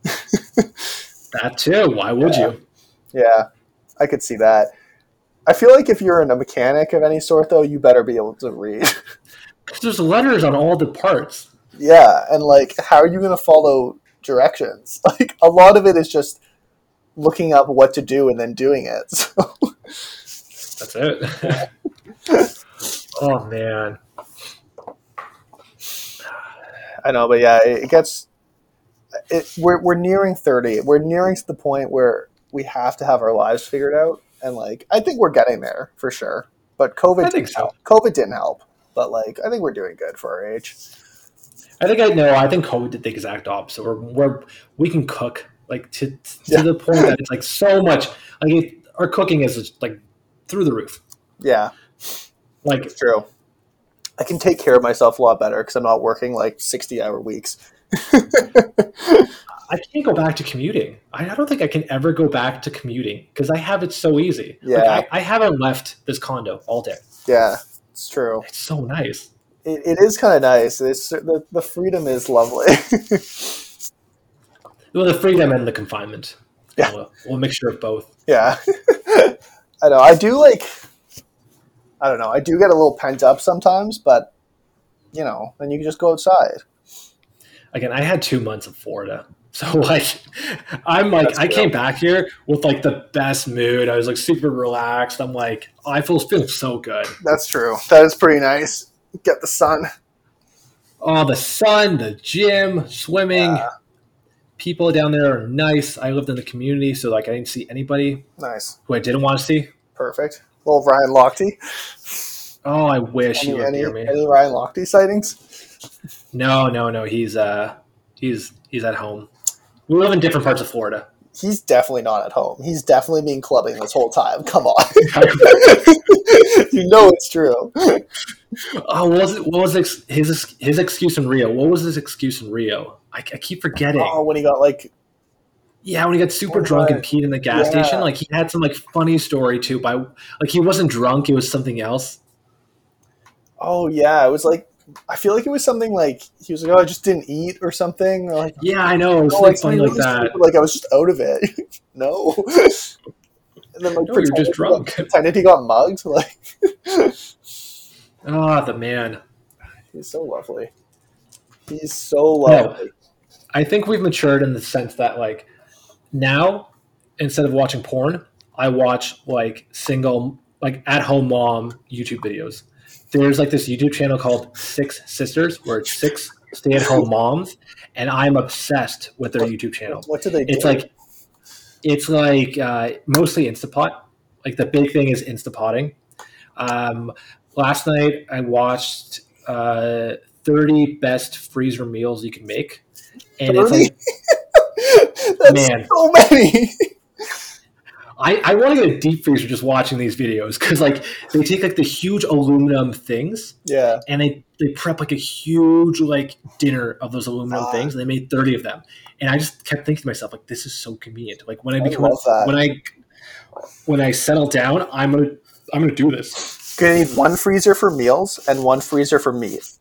[SPEAKER 2] that too. Why would you?
[SPEAKER 1] Yeah, I could see that. I feel like if you're in a mechanic of any sort, though, you better be able to read.
[SPEAKER 2] 'Cause there's letters on all the parts.
[SPEAKER 1] Yeah, and like, how are you going to follow directions? Like, a lot of it is just looking up what to do and then doing it. So,
[SPEAKER 2] That's it. oh man,
[SPEAKER 1] I know, but yeah, it, it gets. It, we're we're nearing thirty. We're nearing to the point where we have to have our lives figured out, and like, I think we're getting there for sure. But COVID,
[SPEAKER 2] I think
[SPEAKER 1] didn't
[SPEAKER 2] so.
[SPEAKER 1] help. COVID didn't help, but like, I think we're doing good for our age.
[SPEAKER 2] I think I know. I think COVID did the exact opposite. We're, we're we can cook like to to
[SPEAKER 1] Yeah.
[SPEAKER 2] the point that it's like so much. Like it, our cooking is just, like through the roof.
[SPEAKER 1] Yeah,
[SPEAKER 2] Like
[SPEAKER 1] it's true. I can take care of myself a lot better because I'm not working like sixty-hour weeks.
[SPEAKER 2] I can't go back to commuting. I, I don't think I can ever go back to commuting because I have it so easy. Like,
[SPEAKER 1] Yeah.
[SPEAKER 2] I, I haven't left this condo all day.
[SPEAKER 1] Yeah, it's true.
[SPEAKER 2] It's so nice.
[SPEAKER 1] it, it is kind of nice. It's the, the freedom is lovely.
[SPEAKER 2] Well, the freedom and the confinement.
[SPEAKER 1] Yeah.
[SPEAKER 2] Well, we'll mixture of both.
[SPEAKER 1] yeah, I know. I do like. I don't know. I do get a little pent up sometimes, but you know, then you can just go outside.
[SPEAKER 2] Again, I had two months of Florida. So like I'm like
[SPEAKER 1] That's
[SPEAKER 2] I
[SPEAKER 1] real.
[SPEAKER 2] came back here with like the best mood. I was like super relaxed. I'm like I feel feel so good.
[SPEAKER 1] That's true. That is pretty nice. Get the sun.
[SPEAKER 2] Oh, the sun, the gym, swimming.
[SPEAKER 1] Yeah.
[SPEAKER 2] People down there are nice. I lived in the community, so like I didn't see anybody
[SPEAKER 1] Nice.
[SPEAKER 2] who I didn't want to see.
[SPEAKER 1] Perfect. Little Ryan Lochte.
[SPEAKER 2] Oh, I wish he
[SPEAKER 1] Any,
[SPEAKER 2] were
[SPEAKER 1] any,
[SPEAKER 2] near me.
[SPEAKER 1] any Ryan Lochte sightings?
[SPEAKER 2] No, no, no. He's uh, he's he's at home. We live in different parts of Florida.
[SPEAKER 1] He's definitely not at home. He's definitely been clubbing this whole time. Come on. you know it's true.
[SPEAKER 2] oh, what was it? What was ex- his ex- his excuse in Rio? What was his excuse in Rio? I, I keep forgetting.
[SPEAKER 1] Oh, when he got like
[SPEAKER 2] yeah, when he got super
[SPEAKER 1] Oh,
[SPEAKER 2] drunk
[SPEAKER 1] right.
[SPEAKER 2] and peed in the gas
[SPEAKER 1] Yeah.
[SPEAKER 2] station, like he had some like funny story too. By like he wasn't drunk; it was something else.
[SPEAKER 1] Oh yeah, it was like I feel like it was something like he was like, "Oh, I just didn't eat" or something. Or like,
[SPEAKER 2] Yeah, I know. It was
[SPEAKER 1] "Oh,
[SPEAKER 2] something
[SPEAKER 1] like,
[SPEAKER 2] funny
[SPEAKER 1] something
[SPEAKER 2] like
[SPEAKER 1] really
[SPEAKER 2] that.
[SPEAKER 1] stupid, like, I was just out of it. no. and then like
[SPEAKER 2] No, you were just
[SPEAKER 1] pretended he got-
[SPEAKER 2] drunk.
[SPEAKER 1] pretended he got mugged. Like
[SPEAKER 2] Ah, the man.
[SPEAKER 1] he's so lovely. He's so lovely.
[SPEAKER 2] I think we've matured in the sense that like now instead of watching porn, I watch like single like at home mom YouTube videos. There's like this YouTube channel called Six Sisters where it's six stay at home moms and I'm obsessed with their YouTube channel.
[SPEAKER 1] What did they do?
[SPEAKER 2] It's like it's like uh, mostly Instapot. Like the big thing is Instapotting. Um, last night I watched uh, 30 best freezer meals you can make. And it's
[SPEAKER 1] 30?
[SPEAKER 2] like
[SPEAKER 1] That's
[SPEAKER 2] man.
[SPEAKER 1] so many.
[SPEAKER 2] I, I want to get a deep freezer just watching these videos because like they take like the huge aluminum things
[SPEAKER 1] yeah.
[SPEAKER 2] and they, they prep like a huge like dinner of those aluminum
[SPEAKER 1] Ah.
[SPEAKER 2] things and they made 30 of them and i just kept thinking to myself like this is so convenient like when i
[SPEAKER 1] I
[SPEAKER 2] become
[SPEAKER 1] love that.
[SPEAKER 2] when i when i settle down i'm gonna i'm gonna do this
[SPEAKER 1] Gonna need one freezer for meals and one freezer for meat.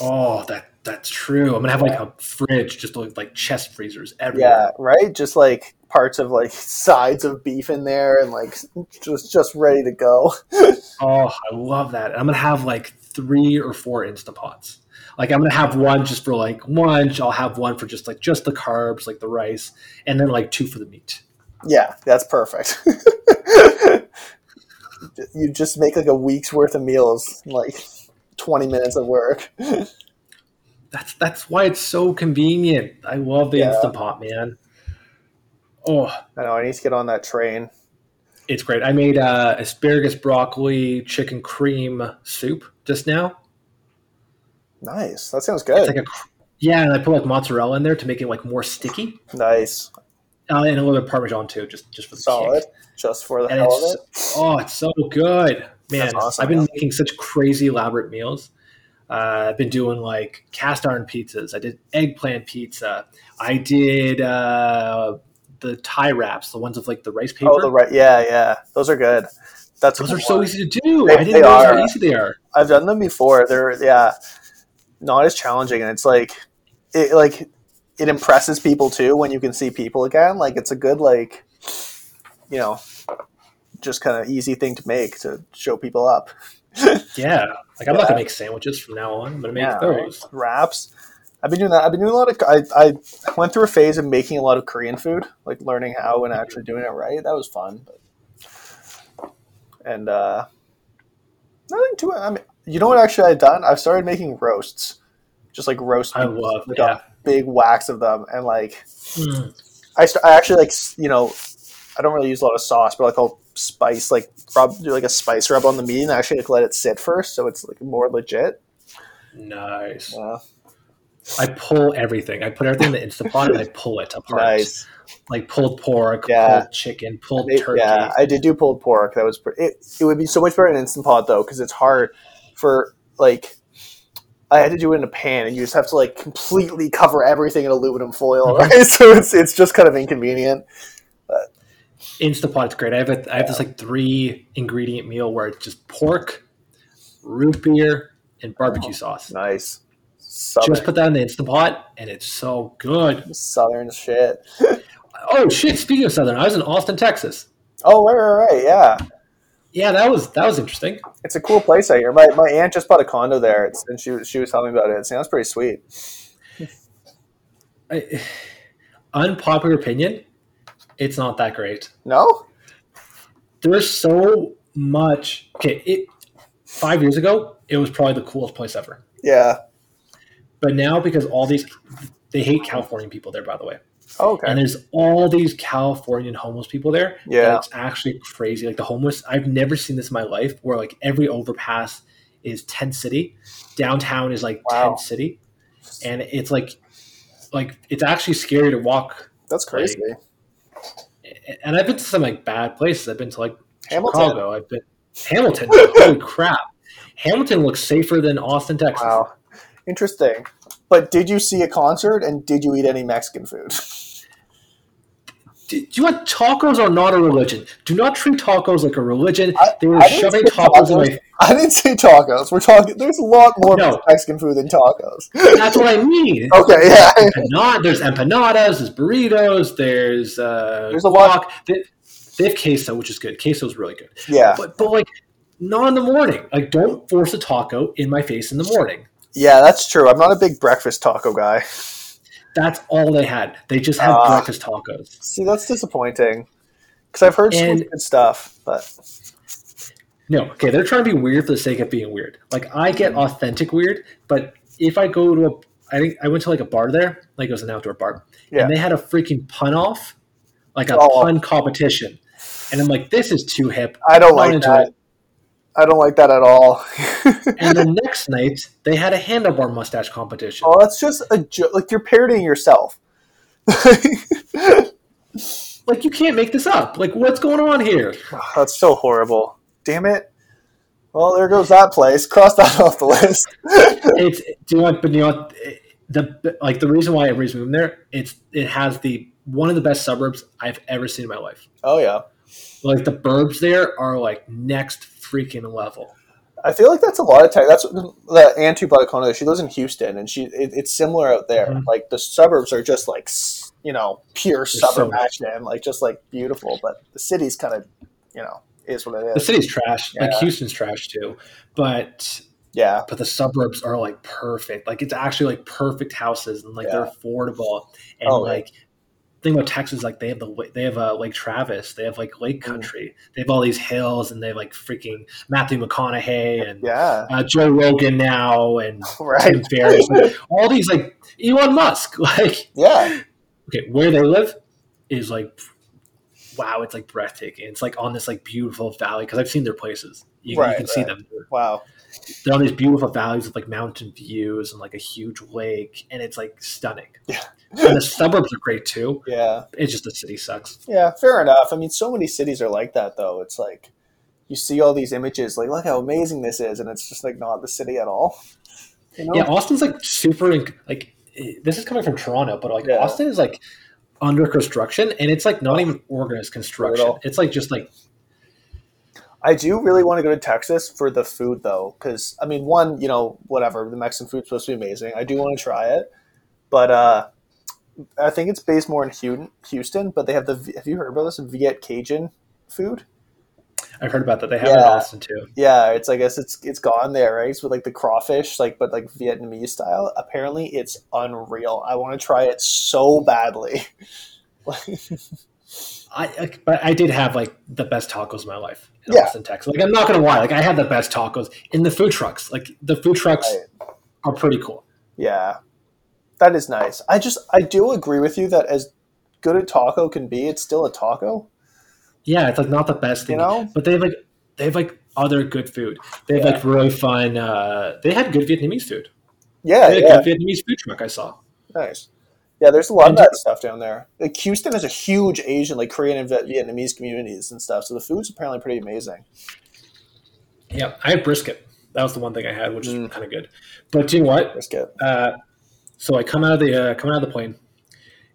[SPEAKER 2] oh that that's true i'm gonna have like a fridge just like, like chest freezers everywhere
[SPEAKER 1] Yeah, right. Just like parts of like sides of beef in there, and like just just ready to go.
[SPEAKER 2] oh i love that i'm gonna have like three or four instapots like i'm gonna have one just for like lunch i'll have one for just like just the carbs like the rice and then like two for the meat
[SPEAKER 1] Yeah, that's perfect. you just make like a week's worth of meals, in, like twenty minutes of work.
[SPEAKER 2] That's that's why it's so convenient. I love the
[SPEAKER 1] Yeah.
[SPEAKER 2] Instant Pot, man. Oh,
[SPEAKER 1] I know. I need to get on that train.
[SPEAKER 2] it's great. I made uh, asparagus, broccoli, chicken cream soup just now.
[SPEAKER 1] Nice. That sounds
[SPEAKER 2] It's
[SPEAKER 1] good.
[SPEAKER 2] like a cr- yeah, and I put like mozzarella in there to make it like more sticky,
[SPEAKER 1] nice.
[SPEAKER 2] uh, and a little bit of parmesan too, just just for the
[SPEAKER 1] Solid.
[SPEAKER 2] kick.
[SPEAKER 1] Just for the
[SPEAKER 2] And
[SPEAKER 1] hell of
[SPEAKER 2] it's-
[SPEAKER 1] it.
[SPEAKER 2] Oh, it's so good, man!
[SPEAKER 1] That's awesome,
[SPEAKER 2] I've been
[SPEAKER 1] yeah.
[SPEAKER 2] making such crazy elaborate meals. Uh, I've been doing like cast iron pizzas. I did eggplant pizza. I did uh, the tie wraps, the ones with like the rice paper.
[SPEAKER 1] Oh, the right. Yeah, yeah. Those are good. That's
[SPEAKER 2] Those
[SPEAKER 1] a
[SPEAKER 2] are
[SPEAKER 1] good
[SPEAKER 2] so
[SPEAKER 1] one.
[SPEAKER 2] easy to do.
[SPEAKER 1] They- they
[SPEAKER 2] I didn't realize
[SPEAKER 1] are.
[SPEAKER 2] how easy they are.
[SPEAKER 1] I've done them before. They're yeah, not as challenging, and it's like it like it impresses people too when you can see people again. Like it's a good like you know just kind of easy thing to make to show people up.
[SPEAKER 2] Yeah, like I'm not
[SPEAKER 1] Yeah.
[SPEAKER 2] gonna make sandwiches from now on. I'm gonna make
[SPEAKER 1] Yeah.
[SPEAKER 2] those.
[SPEAKER 1] Wraps. I've been doing that. I've been doing a lot of. I, I went through a phase of making a lot of Korean food, like learning how and actually doing it right. That was fun. And uh, nothing too. I mean, you know what? Actually, I've done. I've started making roasts, just like roast.
[SPEAKER 2] I
[SPEAKER 1] meat.
[SPEAKER 2] love
[SPEAKER 1] Like
[SPEAKER 2] yeah.
[SPEAKER 1] a big wax of them, and like
[SPEAKER 2] Mm.
[SPEAKER 1] I, st- I actually like s- you know, I don't really use a lot of sauce, but like I'll spice like rub do like a spice rub on the meat, and actually like let it sit first, so it's like more legit. Uh,
[SPEAKER 2] Nice.
[SPEAKER 1] Yeah.
[SPEAKER 2] I pull everything. I put everything in the Instapot and I pull it apart.
[SPEAKER 1] Nice.
[SPEAKER 2] Like pulled pork,
[SPEAKER 1] Yeah.
[SPEAKER 2] pulled chicken, pulled
[SPEAKER 1] It-
[SPEAKER 2] turkey.
[SPEAKER 1] Yeah, I did do pulled pork. That was pretty. It, it would be so much better in instant pot though, because it's hard for like. I had to do it in a pan, and you just have to like completely cover everything in aluminum foil,
[SPEAKER 2] Mhm.
[SPEAKER 1] right? So it's it's just kind of inconvenient.
[SPEAKER 2] Instapot is great. I have a, I have this like three ingredient meal where it's just pork, root beer, and barbecue sauce.
[SPEAKER 1] Nice,
[SPEAKER 2] Just
[SPEAKER 1] southern,
[SPEAKER 2] put that in the Instapot and it's so good.
[SPEAKER 1] southern shit.
[SPEAKER 2] Oh shit! Speaking of Southern, I was in Austin, Texas.
[SPEAKER 1] Oh right, right, right, yeah.
[SPEAKER 2] Yeah, that was that was interesting.
[SPEAKER 1] It's a cool place out here. My, my aunt just bought a condo there, it's, and she was- she was telling me about it. It sounds pretty sweet.
[SPEAKER 2] I, unpopular opinion, it's not that great.
[SPEAKER 1] No,
[SPEAKER 2] there's so much okay it five years ago it was probably the coolest place ever
[SPEAKER 1] yeah.
[SPEAKER 2] but now because all these they hate californian people there by the way
[SPEAKER 1] Oh, okay.
[SPEAKER 2] and there's all these californian homeless people there that
[SPEAKER 1] Yeah.
[SPEAKER 2] it's actually crazy like the homeless i've never seen this in my life where like every overpass is tent city downtown is like
[SPEAKER 1] Wow.
[SPEAKER 2] tent city and it's like like it's actually scary to walk
[SPEAKER 1] That's crazy.
[SPEAKER 2] and i've been to some like bad places i've been to like
[SPEAKER 1] Hamilton.
[SPEAKER 2] Chicago. I've been Hamilton. Holy crap! Hamilton looks safer than Austin, Texas.
[SPEAKER 1] Wow. Interesting. But did you see a concert and did you eat any Mexican food?
[SPEAKER 2] Do, do you want tacos are not a religion? Do not treat tacos like a religion.
[SPEAKER 1] I-
[SPEAKER 2] they were
[SPEAKER 1] I didn't
[SPEAKER 2] shoving
[SPEAKER 1] say
[SPEAKER 2] tacos in
[SPEAKER 1] tacos.
[SPEAKER 2] my.
[SPEAKER 1] I didn't say tacos. We're talking there's a lot more
[SPEAKER 2] No.
[SPEAKER 1] Mexican food than tacos.
[SPEAKER 2] That's what I mean.
[SPEAKER 1] Okay, yeah.
[SPEAKER 2] Empanada, there's empanadas. There's burritos. There's uh,
[SPEAKER 1] There's a lot-
[SPEAKER 2] guac. They, they have queso, which is good. Queso is really good.
[SPEAKER 1] Yeah.
[SPEAKER 2] But but like not in the morning. Like don't force a taco in my face in the morning.
[SPEAKER 1] Yeah, that's true. I'm not a big breakfast taco guy.
[SPEAKER 2] That's all they had. They just had
[SPEAKER 1] Ah.
[SPEAKER 2] breakfast tacos.
[SPEAKER 1] See, that's disappointing. Because I've heard so much
[SPEAKER 2] And-
[SPEAKER 1] good stuff, but
[SPEAKER 2] No, okay, they're trying to be weird for the sake of being weird. Like I get
[SPEAKER 1] Mm-hmm.
[SPEAKER 2] authentic weird, but if I go to a, I think I went to like a bar there, like it was an outdoor bar,
[SPEAKER 1] Yeah.
[SPEAKER 2] and they had a freaking pun off, like a
[SPEAKER 1] Oh.
[SPEAKER 2] pun competition, and I'm like, this is too hip.
[SPEAKER 1] I don't
[SPEAKER 2] Not
[SPEAKER 1] like
[SPEAKER 2] into
[SPEAKER 1] that. I don't like that at all.
[SPEAKER 2] And the next night they had a handlebar mustache competition.
[SPEAKER 1] oh, that's just a joke. Like you're parodying yourself.
[SPEAKER 2] Like you can't make this up. Like what's going on here?
[SPEAKER 1] that's so horrible. Damn it. Well, there goes that place. Cross that off the list.
[SPEAKER 2] It's do you want, but you know what? the like the reason why everybody's moving there. It's it has the one of the best suburbs I've ever seen in my life.
[SPEAKER 1] oh yeah.
[SPEAKER 2] like the burbs there are like next freaking level.
[SPEAKER 1] I feel like that's a lot of tech. That's the Antu Batacono. She lives in Houston, and she it, it's similar out there.
[SPEAKER 2] Mhm.
[SPEAKER 1] Like the suburbs are just like s- you know pure
[SPEAKER 2] so
[SPEAKER 1] suburb
[SPEAKER 2] much.
[SPEAKER 1] action, like just like beautiful. But the city's kind of you know is what it
[SPEAKER 2] The
[SPEAKER 1] is.
[SPEAKER 2] city's trash, like
[SPEAKER 1] Yeah.
[SPEAKER 2] Houston's trash too, but
[SPEAKER 1] yeah,
[SPEAKER 2] but the suburbs are like perfect. Like it's actually like perfect houses and like they're affordable and
[SPEAKER 1] Oh, yeah.
[SPEAKER 2] like. Thing about Texas, like they have the la- they have uh, Lake Travis, they have like Lake
[SPEAKER 1] Mm-hmm.
[SPEAKER 2] Country, they have all these hills, and they have like freaking Matthew McConaughey and
[SPEAKER 1] yeah,
[SPEAKER 2] uh, Joe Rogan now, and Tim
[SPEAKER 1] right,
[SPEAKER 2] Ferriss, all these like Elon Musk. Like
[SPEAKER 1] yeah,
[SPEAKER 2] okay, where they live, is like wow, it's like breathtaking. It's like on this like beautiful valley because I've seen their places. You, you
[SPEAKER 1] Right,
[SPEAKER 2] can see
[SPEAKER 1] right.
[SPEAKER 2] them.
[SPEAKER 1] Wow.
[SPEAKER 2] They're on these beautiful valleys with like mountain views and like a huge lake, and it's like stunning.
[SPEAKER 1] Yeah.
[SPEAKER 2] and the suburbs are great too.
[SPEAKER 1] Yeah.
[SPEAKER 2] It's just the city sucks.
[SPEAKER 1] Yeah. Fair enough. I mean, so many cities are like that, though. It's like you see all these images, like look how amazing this is, and it's just like not the city at all. You know?
[SPEAKER 2] Yeah, Austin's like super inc- like eh, this is coming from Toronto, but like
[SPEAKER 1] Yeah.
[SPEAKER 2] Austin is like under construction and it's like not even organized construction.
[SPEAKER 1] Brutal.
[SPEAKER 2] It's like just like
[SPEAKER 1] I do really want to go to Texas for the food, though, because I mean, one, you know, whatever the Mexican food's supposed to be amazing. I do want to try it, but uh, I think it's based more in Hu- Houston. But they have the have you heard about this Viet Cajun food?
[SPEAKER 2] I've heard about that. They have it in
[SPEAKER 1] Yeah.
[SPEAKER 2] Austin too.
[SPEAKER 1] Yeah, it's I guess it's it's gone there, right? It's with like the crawfish, like but like Vietnamese style. Apparently, it's unreal. I want to try it so badly.
[SPEAKER 2] I, I but I did have like the best tacos of my life in
[SPEAKER 1] Yeah.
[SPEAKER 2] Austin, Texas. Like I'm not gonna lie, like I had the best tacos in the food trucks. Like the food trucks are pretty cool.
[SPEAKER 1] Yeah, that is nice. I just I do agree with you that as good a taco can be, it's still a taco.
[SPEAKER 2] Yeah, it's like not the best thing,
[SPEAKER 1] You know?
[SPEAKER 2] but they have like they have like other good food. They have
[SPEAKER 1] Yeah.
[SPEAKER 2] like really fun. Uh, they had good Vietnamese food.
[SPEAKER 1] Yeah,
[SPEAKER 2] They had
[SPEAKER 1] Uh, yeah.
[SPEAKER 2] a good Vietnamese food truck I saw.
[SPEAKER 1] Nice. Yeah, there's a lot of
[SPEAKER 2] And-
[SPEAKER 1] that stuff down there. Like Houston has a huge Asian, like Korean and Viet- Vietnamese communities and stuff. So the food's apparently pretty amazing.
[SPEAKER 2] Yeah, I had brisket. That was the one thing I had, which is
[SPEAKER 1] Mm.
[SPEAKER 2] kind of good. But do you know what?
[SPEAKER 1] Brisket.
[SPEAKER 2] Uh, so I come out of the uh, come out of the plane,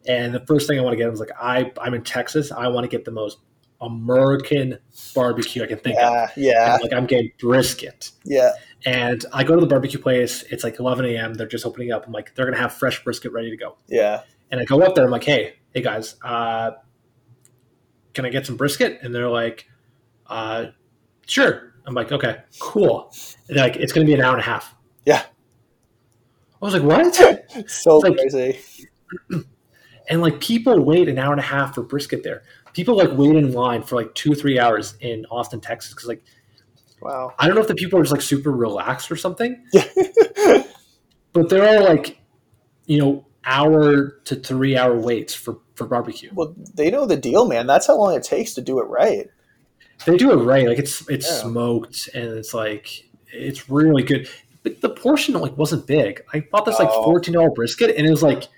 [SPEAKER 2] and the first thing I want to get is like I I'm in Texas. I want to get the most American barbecue I can think of.
[SPEAKER 1] Yeah, yeah,
[SPEAKER 2] And, like I'm getting brisket,
[SPEAKER 1] yeah.
[SPEAKER 2] and I go to the barbecue place. It's like 11 a.m. They're just opening up. I'm like they're gonna have fresh brisket ready to go,
[SPEAKER 1] Yeah,
[SPEAKER 2] and I go up there. I'm like, hey, hey guys, uh, can I get some brisket? And they're like, uh, sure. I'm like, okay, cool. And they're like it's gonna be an hour and a half.
[SPEAKER 1] Yeah.
[SPEAKER 2] I was like, what?
[SPEAKER 1] so
[SPEAKER 2] It's like-
[SPEAKER 1] crazy.
[SPEAKER 2] and like people wait an hour and a half for brisket there people like wait in line for like two three hours in austin texas because like
[SPEAKER 1] Wow.
[SPEAKER 2] i don't know if the people are just like super relaxed or something
[SPEAKER 1] yeah,
[SPEAKER 2] but there are like you know hour to three hour waits for for barbecue
[SPEAKER 1] well, they know the deal, man. That's how long it takes to do it right.
[SPEAKER 2] they do it right like it's it's
[SPEAKER 1] Yeah.
[SPEAKER 2] smoked and it's like it's really good but the portion like wasn't big i bought this like
[SPEAKER 1] Oh.
[SPEAKER 2] $14 brisket and it was like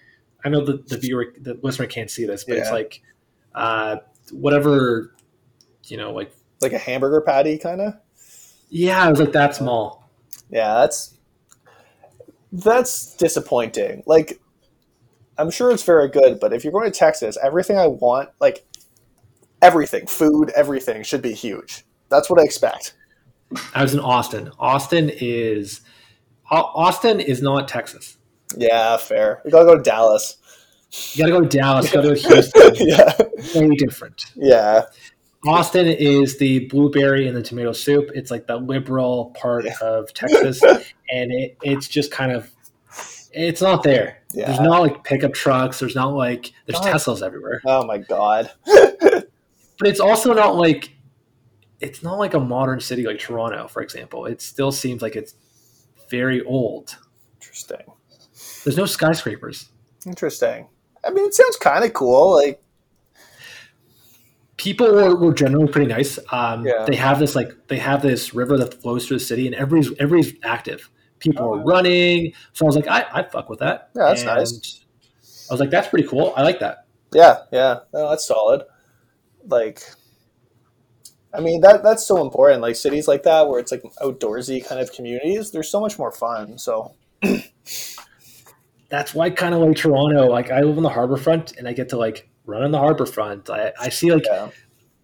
[SPEAKER 2] i know the, the viewer the listener can't see this but it's
[SPEAKER 1] Yeah.
[SPEAKER 2] like uh whatever you know like
[SPEAKER 1] Like a hamburger patty, kind of.
[SPEAKER 2] Yeah, I was like that small.
[SPEAKER 1] Yeah, that's that's disappointing. Like, I'm sure it's very good, but if you're going to Texas, everything I want, like everything, food, everything, should be huge. That's what I expect.
[SPEAKER 2] I was in Austin. Austin is Au- Austin is not Texas.
[SPEAKER 1] Yeah, fair. We gotta go to Dallas.
[SPEAKER 2] You got to go to Dallas. Go to Houston.
[SPEAKER 1] yeah,
[SPEAKER 2] Very different.
[SPEAKER 1] yeah,
[SPEAKER 2] Austin is the blueberry and the tomato soup. It's like the liberal part
[SPEAKER 1] Yeah.
[SPEAKER 2] of Texas, and it, it's just kind of it's not there.
[SPEAKER 1] yeah.
[SPEAKER 2] There's not like pickup trucks. There's not like there's
[SPEAKER 1] God.
[SPEAKER 2] Teslas everywhere.
[SPEAKER 1] oh my god.
[SPEAKER 2] But it's also not like it's not like a modern city like Toronto, for example. It still seems like it's very old.
[SPEAKER 1] Interesting.
[SPEAKER 2] There's no skyscrapers.
[SPEAKER 1] Interesting. I mean, it sounds kind of cool. Like,
[SPEAKER 2] People were, were generally pretty nice. Um,
[SPEAKER 1] Yeah.
[SPEAKER 2] They have this like they have this river that flows through the city, and everybody's everybody's active. People
[SPEAKER 1] Oh,
[SPEAKER 2] are
[SPEAKER 1] yeah.
[SPEAKER 2] running. So I was like, I, I fuck with that.
[SPEAKER 1] Yeah, that's
[SPEAKER 2] And
[SPEAKER 1] nice.
[SPEAKER 2] I was like, that's pretty cool. I like that.
[SPEAKER 1] yeah, yeah, no, that's solid. Like, I mean, that that's so important. Like cities like that, where it's like outdoorsy kind of communities, they're so much more fun. So
[SPEAKER 2] That's why kind of like Toronto. Like I live on the harbor front, and I get to like run on the harbor front. I, I see like
[SPEAKER 1] yeah,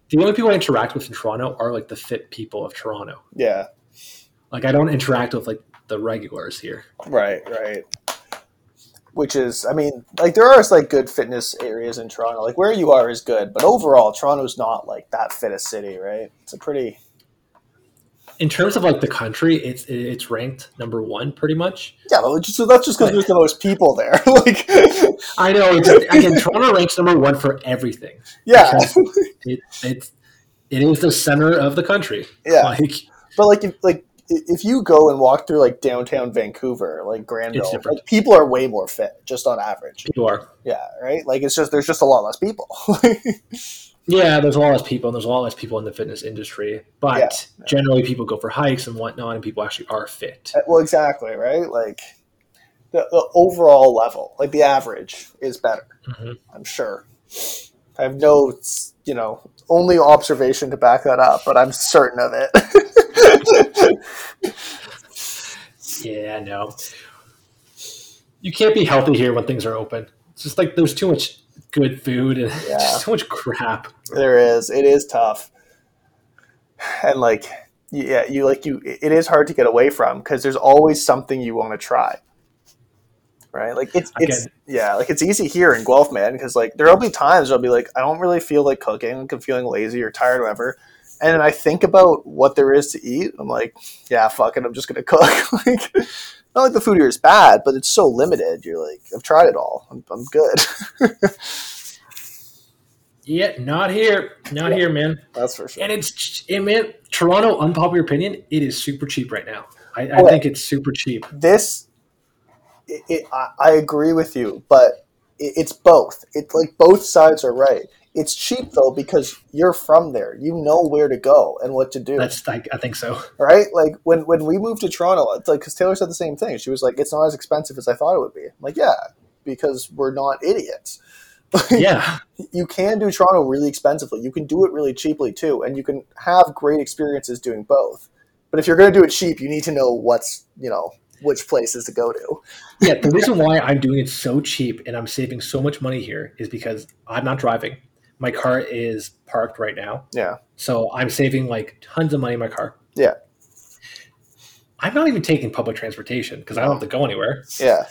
[SPEAKER 2] the only people I interact with in Toronto are like the fit people of Toronto.
[SPEAKER 1] yeah,
[SPEAKER 2] Like I don't interact with like the regulars here.
[SPEAKER 1] right, right. Which is, I mean, like there are like good fitness areas in Toronto. Like where you are is good, but overall, Toronto's not like that fit a city, right? It's a pretty
[SPEAKER 2] In terms of like the country, it's it's ranked number one pretty much.
[SPEAKER 1] yeah. but just- So that's just because there's the most people there. like,
[SPEAKER 2] I know. It's, again, Toronto ranks number one for everything.
[SPEAKER 1] yeah,
[SPEAKER 2] It, it's it is the center of the country.
[SPEAKER 1] yeah.
[SPEAKER 2] Like,
[SPEAKER 1] But like, if, like if you go and walk through like downtown Vancouver, like
[SPEAKER 2] It's
[SPEAKER 1] Granville,
[SPEAKER 2] different.
[SPEAKER 1] like, people are way more fit just on average.
[SPEAKER 2] People are.
[SPEAKER 1] Yeah, right. Like it's just there's just a lot less people.
[SPEAKER 2] Yeah, there's a lot less people, and there's a lot less people in the fitness industry. But
[SPEAKER 1] Yeah,
[SPEAKER 2] generally, people go for hikes and whatnot, and people actually are fit.
[SPEAKER 1] well, exactly, right? Like the, the overall level, like the average, is better.
[SPEAKER 2] Mhm.
[SPEAKER 1] I'm sure. I have no, you know, only observation to back that up, but I'm certain of it.
[SPEAKER 2] Yeah, no. You can't be healthy here when things are open. It's just like there's too much good food and
[SPEAKER 1] Yeah.
[SPEAKER 2] just so much crap.
[SPEAKER 1] there is. It is tough, and like, yeah, you like you. It is hard to get away from because there's always something you want to try. Right, like it's
[SPEAKER 2] I get
[SPEAKER 1] it's yeah, like it's easy here in Guelph, man, because like there'll be times I'll be like, I don't really feel like cooking, I'm feeling lazy or tired, or whatever, and then I think about what there is to eat. I'm like, yeah, fuck it, I'm just gonna cook. like, not like the food here is bad, but it's so limited. You're like, I've tried it all, I'm, I'm good.
[SPEAKER 2] Yeah, not here. Not
[SPEAKER 1] Yeah.
[SPEAKER 2] here, man.
[SPEAKER 1] That's for sure.
[SPEAKER 2] And it's, ch- and man, Toronto, unpopular opinion, it is super cheap right now. I, I
[SPEAKER 1] Oh, yeah.
[SPEAKER 2] think it's super cheap.
[SPEAKER 1] this it, it, I, I agree with you but it, it's both it's like both sides are right it's cheap though because you're from there you know where to go and what to do
[SPEAKER 2] That's, I, I think so.
[SPEAKER 1] right like when, when we moved to toronto it's like because taylor said the same thing she was like it's not as expensive as i thought it would be I'm like yeah because we're not idiots
[SPEAKER 2] Yeah.
[SPEAKER 1] you can do toronto really expensively you can do it really cheaply too and you can have great experiences doing both but if you're going to do it cheap you need to know what's you know which places to go to
[SPEAKER 2] Yeah. The reason why I'm doing it so cheap and I'm saving so much money here is because I'm not driving. My car is parked right now.
[SPEAKER 1] yeah
[SPEAKER 2] So I'm saving like tons of money in my car.
[SPEAKER 1] Yeah.
[SPEAKER 2] I'm not even taking public transportation because I don't have to go anywhere.
[SPEAKER 1] Yeah,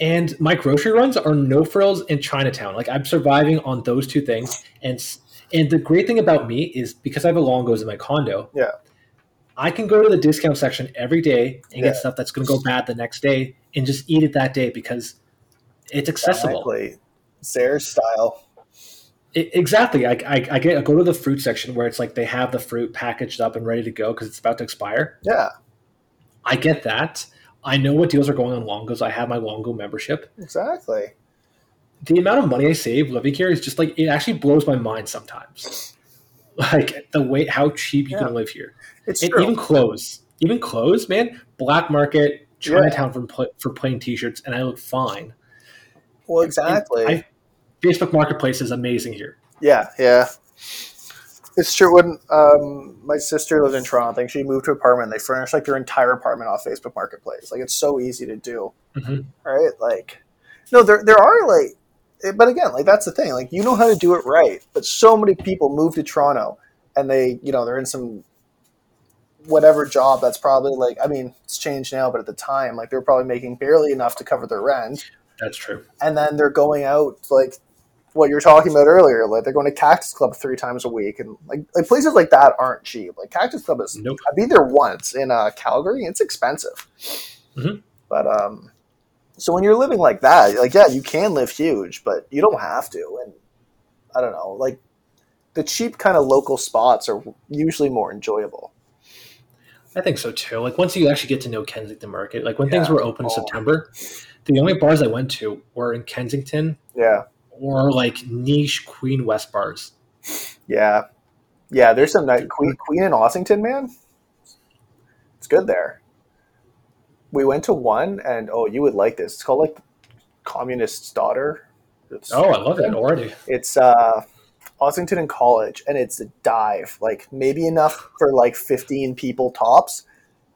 [SPEAKER 2] And my grocery runs are no frills in Chinatown. Like I'm surviving on those two things. And s- and the great thing about me is because I have a Longos in my condo.
[SPEAKER 1] Yeah.
[SPEAKER 2] I can go to the discount section every day and
[SPEAKER 1] Yeah.
[SPEAKER 2] get stuff that's going to go bad the next day and just eat it that day because it's accessible.
[SPEAKER 1] exactly. Sarah's style.
[SPEAKER 2] I- exactly. I, I, I get I go to the fruit section where it's like they have the fruit packaged up and ready to go because it's about to expire.
[SPEAKER 1] Yeah,
[SPEAKER 2] I get that. I know what deals are going on Longos. I have my Longo membership.
[SPEAKER 1] exactly.
[SPEAKER 2] The amount of money I save living here is just like it actually blows my mind sometimes. Like the way how cheap you
[SPEAKER 1] Yeah.
[SPEAKER 2] can live here.
[SPEAKER 1] It's
[SPEAKER 2] And
[SPEAKER 1] true.
[SPEAKER 2] even clothes, even clothes, man. Black market,
[SPEAKER 1] Yeah.
[SPEAKER 2] Chinatown for pla- for plain t-shirts, and I look fine.
[SPEAKER 1] well, exactly.
[SPEAKER 2] I- Facebook Marketplace is amazing here.
[SPEAKER 1] yeah, yeah. It's true. When um, my sister lived in Toronto, I think she moved to an apartment. They furnished like their entire apartment off Facebook Marketplace. Like it's so easy to do,
[SPEAKER 2] Mhm.
[SPEAKER 1] right? Like, no, there there are like, eh, but again, like that's the thing. Like you know how to do it right, but so many people move to Toronto and they, you know, they're in some whatever job that's probably like. I mean, it's changed now, but at the time, like they were probably making barely enough to cover their rent.
[SPEAKER 2] That's true.
[SPEAKER 1] and then they're going out like what you're talking about earlier like they're going to cactus club three times a week and like, like places like that aren't cheap like cactus club is
[SPEAKER 2] Nope.
[SPEAKER 1] i've been there once in uh, calgary it's expensive
[SPEAKER 2] Mhm.
[SPEAKER 1] but um so when you're living like that like yeah you can live huge but you don't have to and i don't know like the cheap kind of local spots are usually more enjoyable
[SPEAKER 2] I think so too. Like once you actually get to know Kensington Market, like when things
[SPEAKER 1] Yeah.
[SPEAKER 2] were open in
[SPEAKER 1] Oh.
[SPEAKER 2] September, the only bars I went to were in Kensington
[SPEAKER 1] yeah
[SPEAKER 2] or like niche Queen West bars.
[SPEAKER 1] yeah yeah there's some night queen, queen in ossington man It's good there. We went to one, and oh, you would like this. It's called like Communist's Daughter. It's,
[SPEAKER 2] Oh, I love it already.
[SPEAKER 1] It's uh, Ossington and College, and it's a dive. Like maybe enough for like fifteen people tops,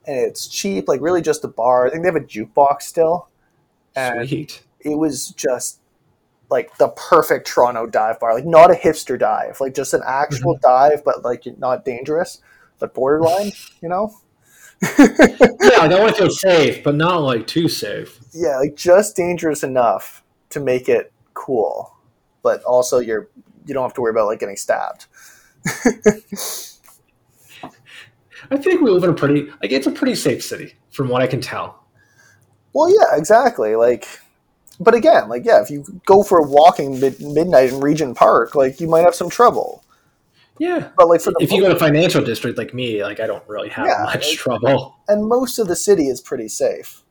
[SPEAKER 1] and it's cheap. Like really just a bar. I think they have a jukebox still, and
[SPEAKER 2] Sweet.
[SPEAKER 1] it was just like the perfect Toronto dive bar. Like not a hipster dive, like just an actual
[SPEAKER 2] Mm-hmm.
[SPEAKER 1] dive, but like not dangerous, but borderline. you know.
[SPEAKER 2] yeah, like I want to feel safe, but not like too safe.
[SPEAKER 1] yeah, like just dangerous enough to make it cool, but also you're you don't have to worry about like getting stabbed.
[SPEAKER 2] I think we live in a pretty like it's a pretty safe city from what I can tell.
[SPEAKER 1] Well, yeah, exactly. Like, but again, like yeah, if you go for a walking mid- midnight in Regent Park, like you might have some trouble.
[SPEAKER 2] Yeah.
[SPEAKER 1] But like for the
[SPEAKER 2] If you go to financial district like me, like I don't really have
[SPEAKER 1] Yeah,
[SPEAKER 2] much
[SPEAKER 1] like-
[SPEAKER 2] trouble.
[SPEAKER 1] and most of the city is pretty safe.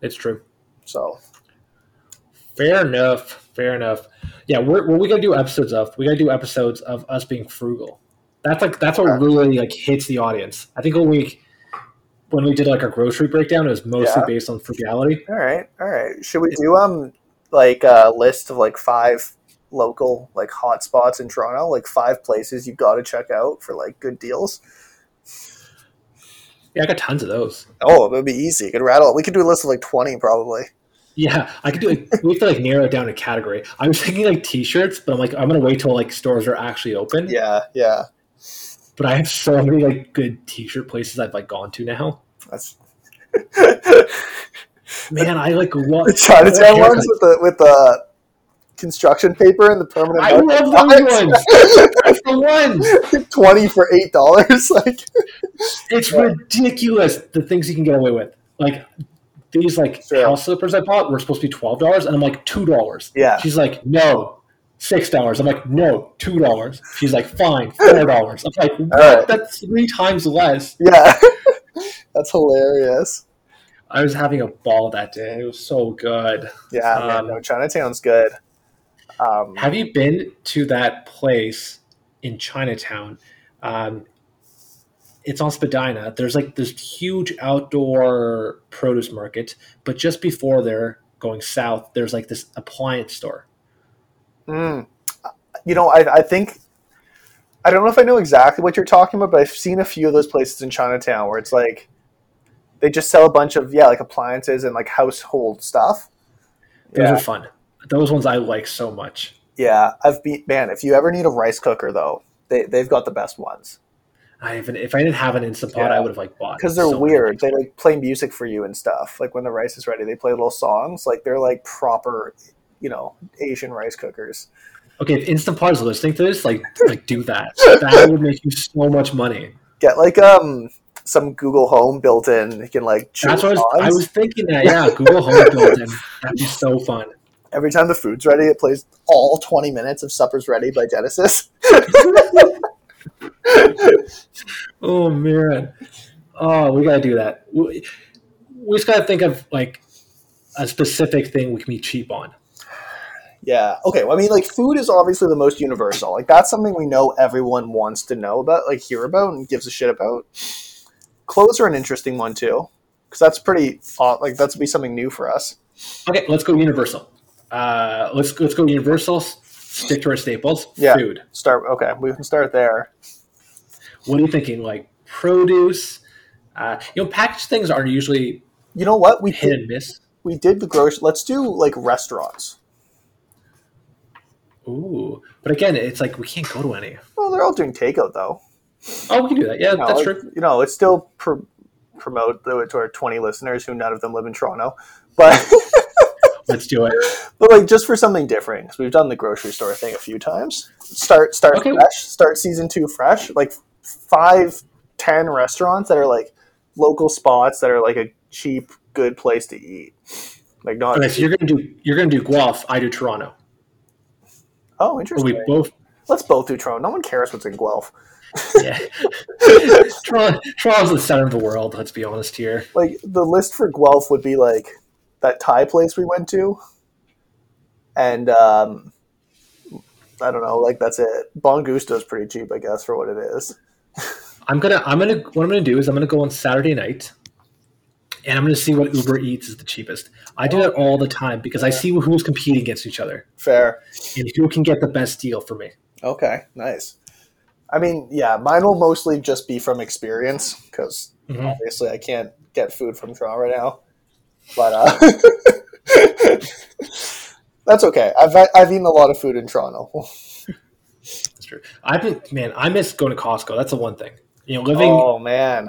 [SPEAKER 2] It's true.
[SPEAKER 1] So
[SPEAKER 2] Fair enough. Fair enough. Yeah, we're, what we gotta do episodes of? We gotta do episodes of us being frugal. That's like that's what
[SPEAKER 1] Okay.
[SPEAKER 2] really like hits the audience. I think when we when we did like our grocery breakdown, it was mostly
[SPEAKER 1] Yeah.
[SPEAKER 2] based on frugality.
[SPEAKER 1] all right, all right. Should we do um like a list of like five local like hot spots in Toronto, like five places you got to check out for like good deals?
[SPEAKER 2] Yeah, I got tons of those.
[SPEAKER 1] Oh, it would be easy. You could rattle. it. We could do a list of like twenty probably.
[SPEAKER 2] Yeah, I could do. Like, we have to like narrow it down to category. I was thinking like T-shirts, but I'm like, I'm gonna wait till like stores are actually open.
[SPEAKER 1] Yeah, yeah.
[SPEAKER 2] But I have so many like good T-shirt places I've like gone to now.
[SPEAKER 1] That's
[SPEAKER 2] Man, I like love
[SPEAKER 1] the Chinatown ones with the with the construction paper and the permanent.
[SPEAKER 2] I
[SPEAKER 1] marker
[SPEAKER 2] love those ones. That's the ones.
[SPEAKER 1] Twenty for eight dollars. Like
[SPEAKER 2] It's
[SPEAKER 1] Yeah.
[SPEAKER 2] ridiculous the things you can get away with. Like these like
[SPEAKER 1] Sure.
[SPEAKER 2] house slippers I bought were supposed to be twelve dollars, and I'm like two dollars.
[SPEAKER 1] yeah,
[SPEAKER 2] She's like, no, six dollars. I'm like, no, two dollars. She's like, fine, four dollars. I'm like, what?
[SPEAKER 1] right.
[SPEAKER 2] That's three times less.
[SPEAKER 1] yeah. That's hilarious.
[SPEAKER 2] I was having a ball that day. It was so good.
[SPEAKER 1] Yeah, man,
[SPEAKER 2] Um,
[SPEAKER 1] no, Chinatown's good. Um,
[SPEAKER 2] Have you been to that place in Chinatown? Um, it's on Spadina. There's like this huge outdoor produce market, but just before there, going south, there's like this appliance store.
[SPEAKER 1] mm, you know, I, I think I don't know if I know exactly what you're talking about, but I've seen a few of those places in Chinatown where it's like they just sell a bunch of yeah, like appliances and like household stuff.
[SPEAKER 2] Those
[SPEAKER 1] Yeah.
[SPEAKER 2] are fun. Those ones I like so much.
[SPEAKER 1] Yeah, I've been man. If you ever need a rice cooker, though, they they've got the best ones
[SPEAKER 2] I even if I didn't have an instant pot, I
[SPEAKER 1] Yeah.
[SPEAKER 2] would have like bought
[SPEAKER 1] because they're
[SPEAKER 2] so many.
[SPEAKER 1] weird. They like play music for you and stuff. Like when the rice is ready, they play little songs. Like they're like proper, you know, Asian rice cookers.
[SPEAKER 2] Okay, if instant pot is listening to this, like like do that. That would make you so much money.
[SPEAKER 1] Get like um some Google Home built in. You can like choose
[SPEAKER 2] That's what I was, I
[SPEAKER 1] songs.
[SPEAKER 2] was thinking. That yeah, Google Home built-in. That'd be so fun.
[SPEAKER 1] Every time the food's ready, it plays all twenty minutes of "Supper's Ready" by Genesis.
[SPEAKER 2] Oh man. Oh, we gotta do that. We, we just gotta think of like a specific thing we can be cheap on.
[SPEAKER 1] Yeah. Okay. Well, I mean, like, food is obviously the most universal. Like, that's something we know everyone wants to know about, like, hear about, and gives a shit about. Clothes are an interesting one too, because that's pretty uh, like that's be something new for us.
[SPEAKER 2] Okay, let's go universal. Uh, let's let's go universal. s- Stick to our staples.
[SPEAKER 1] Yeah.
[SPEAKER 2] Food.
[SPEAKER 1] Start. Okay, we can start there.
[SPEAKER 2] What are you thinking? Like produce. Uh, you know, packaged things are usually
[SPEAKER 1] You know what we
[SPEAKER 2] hit
[SPEAKER 1] did?
[SPEAKER 2] and miss.
[SPEAKER 1] We did the grocery. Let's do like restaurants.
[SPEAKER 2] Ooh, but again, it's like we can't go to any.
[SPEAKER 1] Well, they're all doing takeout though.
[SPEAKER 2] Oh, we can do that. Yeah,
[SPEAKER 1] You know,
[SPEAKER 2] that's
[SPEAKER 1] like,
[SPEAKER 2] true.
[SPEAKER 1] You know, it's still pr- promote to to our twenty listeners who none of them live in Toronto, but
[SPEAKER 2] Let's do it.
[SPEAKER 1] But like just for something different, because we've done the grocery store thing a few times. Start start
[SPEAKER 2] Okay.
[SPEAKER 1] fresh. Start season two fresh. Like five, ten restaurants that are like local spots that are like a cheap, good place to eat. Like not.
[SPEAKER 2] Okay, so you're gonna do you're gonna do Guelph. I do Toronto.
[SPEAKER 1] Oh,
[SPEAKER 2] But
[SPEAKER 1] interesting.
[SPEAKER 2] we both
[SPEAKER 1] Let's both do Toronto. No one cares what's in Guelph.
[SPEAKER 2] yeah. Toronto, Toronto's the center of the world. Let's be honest here.
[SPEAKER 1] Like the list for Guelph would be like that Thai place we went to, and um, I don't know. Like that's it. Bon Gusto's pretty cheap, I guess, for what it is.
[SPEAKER 2] I'm gonna, I'm gonna, what I'm gonna do is I'm gonna go on Saturday night, and I'm gonna see what Uber Eats is the cheapest. I do that all the time because I see who's competing against each other
[SPEAKER 1] Fair.
[SPEAKER 2] and who can get the best deal for me.
[SPEAKER 1] Okay, nice. I mean, yeah, mine will mostly just be from experience because
[SPEAKER 2] Mhm.
[SPEAKER 1] obviously I can't get food from Toronto right now. But uh, that's okay. I've I've eaten a lot of food in Toronto.
[SPEAKER 2] That's true. I've been, man, I miss going to Costco. That's the one thing. You know, living,
[SPEAKER 1] oh man,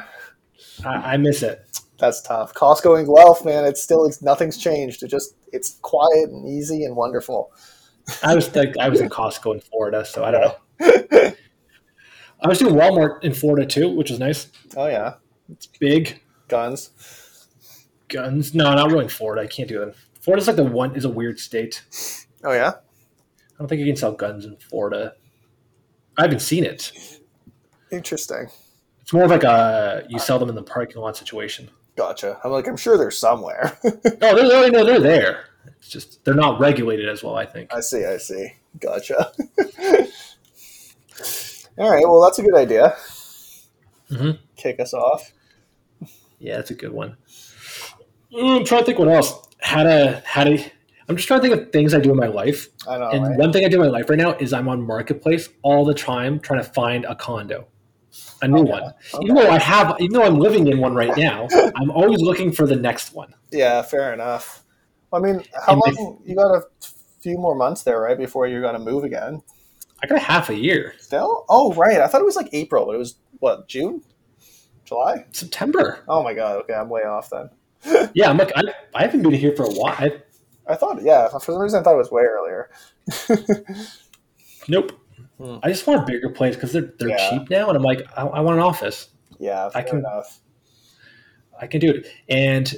[SPEAKER 2] I, I miss it.
[SPEAKER 1] that's tough. Costco in Guelph, man, it's still it's, nothing's changed. It just it's quiet and easy and wonderful.
[SPEAKER 2] I was like, I was in Costco in Florida, so I don't know. I was doing Walmart in Florida too, which is nice.
[SPEAKER 1] Oh yeah,
[SPEAKER 2] It's big.
[SPEAKER 1] guns.
[SPEAKER 2] guns. No, not really in Florida. I can't do that. Florida's like the one is a weird state.
[SPEAKER 1] Oh yeah,
[SPEAKER 2] I don't think you can sell guns in Florida. I haven't seen it.
[SPEAKER 1] Interesting.
[SPEAKER 2] It's more of like a you sell them in the parking lot situation.
[SPEAKER 1] Gotcha. I'm like, I'm sure they're somewhere.
[SPEAKER 2] No, they're, they're, no, they're there. It's just they're not regulated as well. I think.
[SPEAKER 1] I see. I see. Gotcha. All right. Well, that's a good idea.
[SPEAKER 2] Mhm.
[SPEAKER 1] Kick us off.
[SPEAKER 2] Yeah, that's a good one. Mm, I'm trying to think what else. How to how to. I'm just trying to think of things I do in my life.
[SPEAKER 1] I know.
[SPEAKER 2] and
[SPEAKER 1] right?
[SPEAKER 2] one thing I do in my life right now is I'm on marketplace all the time trying to find a condo, a new
[SPEAKER 1] Okay,
[SPEAKER 2] one.
[SPEAKER 1] Okay.
[SPEAKER 2] Even though I have, even though I'm living in one right now, I'm always looking for the next one.
[SPEAKER 1] Yeah, fair enough. I mean, how
[SPEAKER 2] And if-
[SPEAKER 1] long? You got a few more months there, right? Before you're gonna move again.
[SPEAKER 2] I got a half a year,
[SPEAKER 1] Still? Oh, right. I thought it was like April, but it was what June, July.
[SPEAKER 2] September.
[SPEAKER 1] Oh my god. Okay, I'm way off then.
[SPEAKER 2] Yeah, I'm like I, I haven't been here for a while. I,
[SPEAKER 1] I thought, yeah, for some reason I thought it was way earlier.
[SPEAKER 2] nope.
[SPEAKER 1] Hmm.
[SPEAKER 2] I just want a bigger place because they're they're
[SPEAKER 1] Yeah.
[SPEAKER 2] cheap now, and I'm like I, I want an office.
[SPEAKER 1] Yeah, fair
[SPEAKER 2] I can-
[SPEAKER 1] enough.
[SPEAKER 2] I can do it. And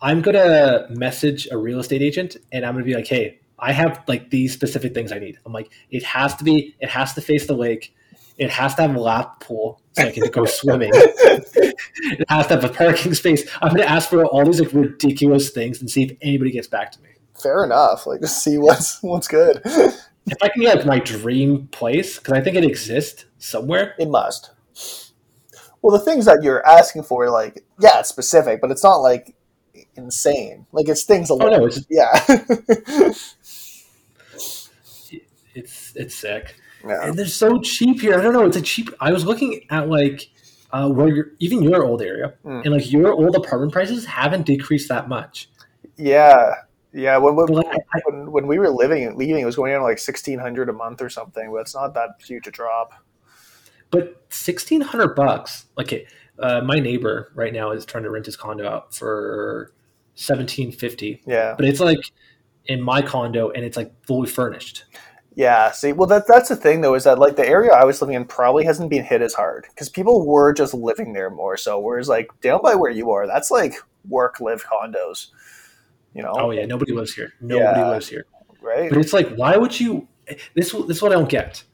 [SPEAKER 2] I'm gonna message a real estate agent and I'm gonna be like, hey, I have like these specific things I need. I'm like, it has to be, it has to face the lake, it has to have a lap pool so I can go swimming. It has to have a parking space. I'm gonna ask for all these like ridiculous things and see if anybody gets back to me.
[SPEAKER 1] Fair enough. Like, just see what's what's good.
[SPEAKER 2] If I can get like my dream place, because I think it exists somewhere.
[SPEAKER 1] It must. Well, the things that you're asking for, like, yeah, it's specific, but it's not like insane. Like, it's things a
[SPEAKER 2] Oh
[SPEAKER 1] little.
[SPEAKER 2] no, it's
[SPEAKER 1] Yeah.
[SPEAKER 2] it's it's sick.
[SPEAKER 1] yeah.
[SPEAKER 2] and they're so cheap here. I don't know. It's a cheap. I was looking at like uh, where you're, even your old area,
[SPEAKER 1] Mm.
[SPEAKER 2] and like your old apartment prices haven't decreased that much.
[SPEAKER 1] Yeah. Yeah. When,
[SPEAKER 2] But
[SPEAKER 1] when,
[SPEAKER 2] like, I,
[SPEAKER 1] when, when we were living and leaving, it was going down to like 1600 a month or something, but it's not that huge a drop.
[SPEAKER 2] but sixteen hundred bucks. Like, it- uh, my neighbor right now is trying to rent his condo out for seventeen fifty,
[SPEAKER 1] Yeah.
[SPEAKER 2] but it's like in my condo, and it's like fully furnished.
[SPEAKER 1] Yeah. See, well, that, that's the thing, though, is that like the area I was living in probably hasn't been hit as hard because people were just living there more. So, whereas like down by where you are, that's like work live condos, you know?
[SPEAKER 2] Oh yeah, nobody lives here. Nobody
[SPEAKER 1] Yeah.
[SPEAKER 2] lives here.
[SPEAKER 1] Right?
[SPEAKER 2] But it's like, why would you? This this is what I don't get.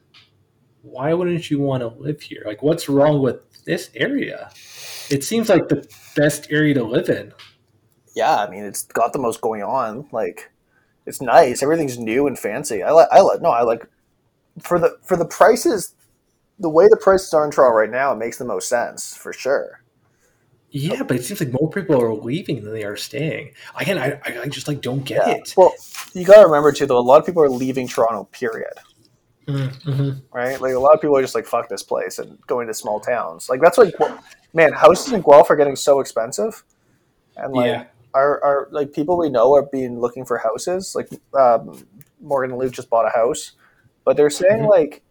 [SPEAKER 2] Why wouldn't you want to live here? Like, what's wrong with this area? It seems like the best area to live in.
[SPEAKER 1] yeah, I mean, it's got the most going on. Like, it's nice. Everything's new and fancy. I like. I like. No, I like. For the for the prices, the way the prices are in Toronto right now, it makes the most sense for sure.
[SPEAKER 2] Yeah, but it seems like more people are leaving than they are staying. Again, I I, I just like don't get
[SPEAKER 1] Yeah.
[SPEAKER 2] it.
[SPEAKER 1] Well, you gotta remember too, though. A lot of people are leaving Toronto. Period.
[SPEAKER 2] Mm-hmm.
[SPEAKER 1] Right? Like a lot of people are just like fuck this place and going to small towns. Like that's like, man, houses in Guelph are getting so expensive, and like
[SPEAKER 2] yeah,
[SPEAKER 1] our, our like people we know have been looking for houses. Like um, Morgan and Luke just bought a house, but they're saying
[SPEAKER 2] Mhm.
[SPEAKER 1] like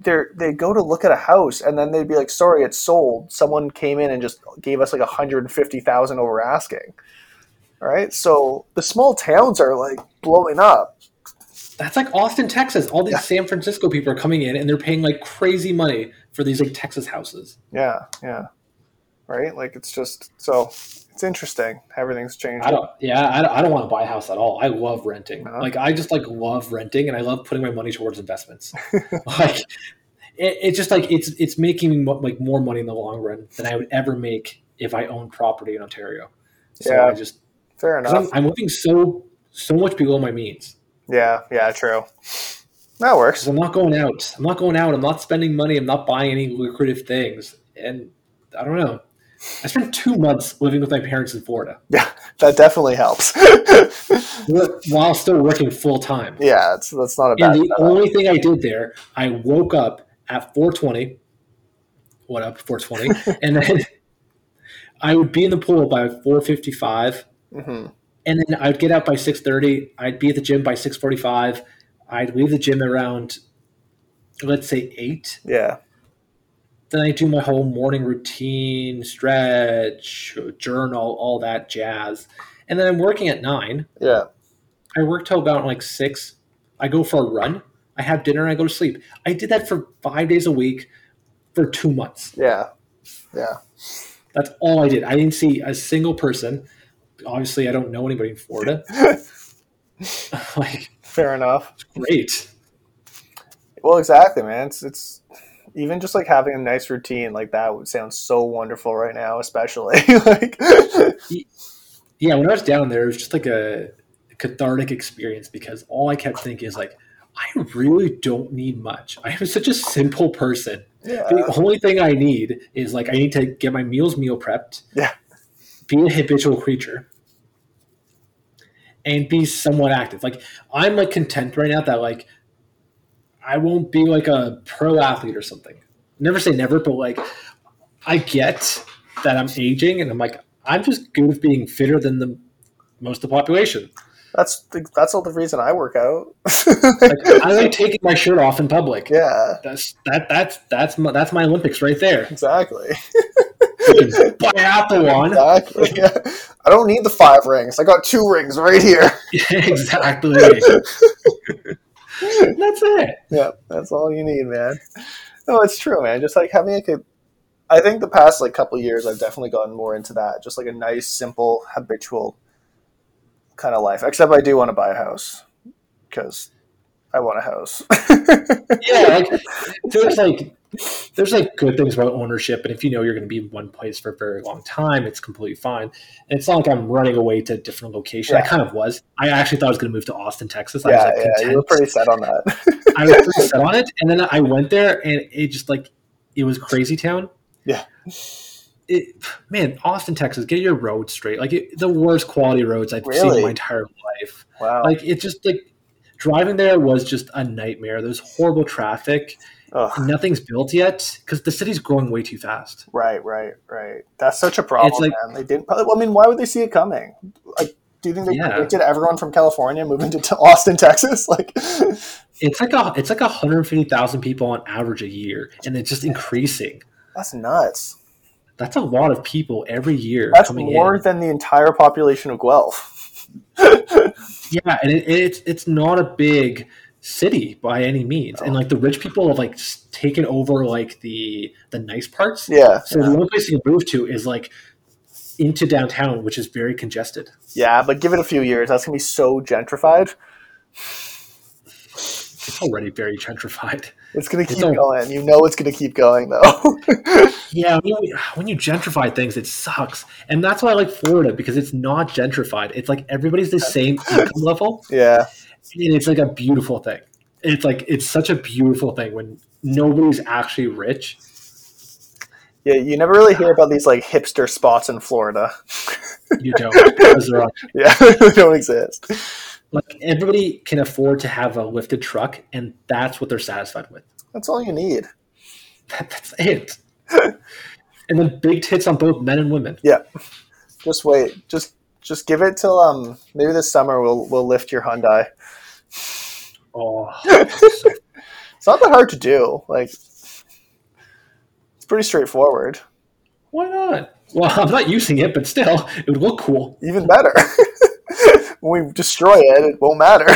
[SPEAKER 1] they're they go to look at a house and then they'd be like, "Sorry, it's sold." Someone came in and just gave us like a hundred and fifty thousand over asking. All right, so the small towns are like blowing up.
[SPEAKER 2] that's like Austin, Texas. All these San Francisco people are coming in and they're paying like crazy money for these like Texas houses.
[SPEAKER 1] Yeah, yeah, right. Like it's just so it's interesting. Everything's changing.
[SPEAKER 2] I don't. Yeah, I don't, I don't want to buy a house at all. I love renting.
[SPEAKER 1] Uh-huh.
[SPEAKER 2] Like I just like love renting, and I love putting my money towards investments. like it, it's just like it's it's making me mo- like more money in the long run than I would ever make if I owned property in Ontario. So
[SPEAKER 1] Yeah.
[SPEAKER 2] I just 'cause
[SPEAKER 1] Fair enough.
[SPEAKER 2] I'm, I'm living so so much below my means
[SPEAKER 1] yeah, yeah, true. That works.
[SPEAKER 2] because I'm not going out. I'm not going out. I'm not spending money. I'm not buying any lucrative things, and I don't know. I spent two months living with my parents in Florida
[SPEAKER 1] Yeah, that definitely helps.
[SPEAKER 2] while still working full time.
[SPEAKER 1] Yeah, it's, that's not a bad.
[SPEAKER 2] And the
[SPEAKER 1] setup.
[SPEAKER 2] only thing I did there, I woke up at 4:20. What up, 4:20, and then I would be in the pool by 4:55,
[SPEAKER 1] Mhm.
[SPEAKER 2] and then I'd get out by 6:30. I'd be at the gym by 6:45. I'd leave the gym around, let's say eight.
[SPEAKER 1] Yeah,
[SPEAKER 2] Then I do my whole morning routine, stretch, journal, all that jazz, and then I'm working at nine.
[SPEAKER 1] yeah,
[SPEAKER 2] I work till about like six. I go for a run. I have dinner and I go to sleep. I did that for five days a week for two months.
[SPEAKER 1] yeah, yeah.
[SPEAKER 2] That's all I did. I didn't see a single person. Obviously, I don't know anybody in Florida. like,
[SPEAKER 1] Fair enough.
[SPEAKER 2] great.
[SPEAKER 1] Well, exactly, man. It's it's even just like having a nice routine like that would sound so wonderful right now, especially like
[SPEAKER 2] yeah, when I was down there, it was just like a cathartic experience because all I kept thinking is like, I really don't need much. I am such a simple person.
[SPEAKER 1] yeah,
[SPEAKER 2] The only thing I need is like I need to get my meals meal prepped,
[SPEAKER 1] yeah,
[SPEAKER 2] be a habitual creature, and be somewhat active. Like I'm like content right now that like I won't be like a pro athlete or something. Never say never, but like I get that I'm aging and I'm like I'm just good with being fitter than the most of the population.
[SPEAKER 1] that's the, that's all the reason I work out.
[SPEAKER 2] Like I like taking my shirt off in public.
[SPEAKER 1] yeah,
[SPEAKER 2] That's that that's that's my, that's my Olympics right there.
[SPEAKER 1] exactly,
[SPEAKER 2] Biathlon.
[SPEAKER 1] exactly. Yeah. I don't need the five rings. I got two rings right here.
[SPEAKER 2] exactly. That's it.
[SPEAKER 1] Yeah, that's all you need, man. No, it's true, man. Just like having like a, I think the past like couple years, I've definitely gotten more into that. Just like a nice, simple, habitual kind of life. Except I do want to buy a house because I want a house.
[SPEAKER 2] Yeah, like there's like there's like good things about ownership, and if you know you're going to be in one place for a very long time, it's completely fine. And it's not like I'm running away to a different location. I
[SPEAKER 1] Yeah.
[SPEAKER 2] kind of was. I actually thought I was going to move to Austin, Texas. I was
[SPEAKER 1] yeah,
[SPEAKER 2] like
[SPEAKER 1] yeah,
[SPEAKER 2] content.
[SPEAKER 1] you were pretty set on that.
[SPEAKER 2] I was pretty set on it, and then I went there, and it just like it was crazy town.
[SPEAKER 1] Yeah.
[SPEAKER 2] It, man, Austin, Texas, get your roads straight. Like it, the worst quality roads I've seen in
[SPEAKER 1] Really?
[SPEAKER 2] my entire life.
[SPEAKER 1] wow.
[SPEAKER 2] Like it just like driving there was just a nightmare. There's horrible traffic.
[SPEAKER 1] Ugh.
[SPEAKER 2] Nothing's built yet because the city's growing way too fast.
[SPEAKER 1] Right, right, right. That's such a problem,
[SPEAKER 2] It's like-
[SPEAKER 1] man. They didn't. Probably, well, I mean, why would they see it coming? Like, do you think they
[SPEAKER 2] Yeah.
[SPEAKER 1] predicted everyone from California moving to, to Austin, Texas? Like,
[SPEAKER 2] It's like a it's like 150,000 people on average a year, and it's just increasing.
[SPEAKER 1] that's nuts.
[SPEAKER 2] That's a lot of people every year
[SPEAKER 1] That's
[SPEAKER 2] coming
[SPEAKER 1] more
[SPEAKER 2] in.
[SPEAKER 1] than the entire population of Guelph.
[SPEAKER 2] Yeah, and it, it's it's not a big city by any means,
[SPEAKER 1] Oh.
[SPEAKER 2] and like the rich people have like s- taken over like the the nice parts.
[SPEAKER 1] Yeah.
[SPEAKER 2] So the only place you can move to is like into downtown, which is very congested.
[SPEAKER 1] Yeah, but give it a few years. That's going to be so gentrified.
[SPEAKER 2] It's already very gentrified.
[SPEAKER 1] It's going to keep
[SPEAKER 2] all-
[SPEAKER 1] going. You know it's going to keep going, though.
[SPEAKER 2] Yeah, when you, when you gentrify things, it sucks, and that's why I like Florida because it's not gentrified. It's like everybody's the same income level,
[SPEAKER 1] yeah.
[SPEAKER 2] and it's like a beautiful thing. It's like it's such a beautiful thing when nobody's actually rich.
[SPEAKER 1] Yeah, you never really hear about these, like, hipster spots in Florida.
[SPEAKER 2] You don't because they're on
[SPEAKER 1] Yeah, they don't exist.
[SPEAKER 2] like everybody can afford to have a lifted truck and that's what they're satisfied with
[SPEAKER 1] That's all you need.
[SPEAKER 2] that, that's it and then big tits on both men and women
[SPEAKER 1] Yeah. Just wait. Just just give it till um maybe this summer we'll we'll lift your Hyundai.
[SPEAKER 2] oh
[SPEAKER 1] It's not that hard to do. Like it's pretty straightforward.
[SPEAKER 2] why not well i'm not using it but still it would look cool
[SPEAKER 1] Even better. when we destroy it, it won't matter.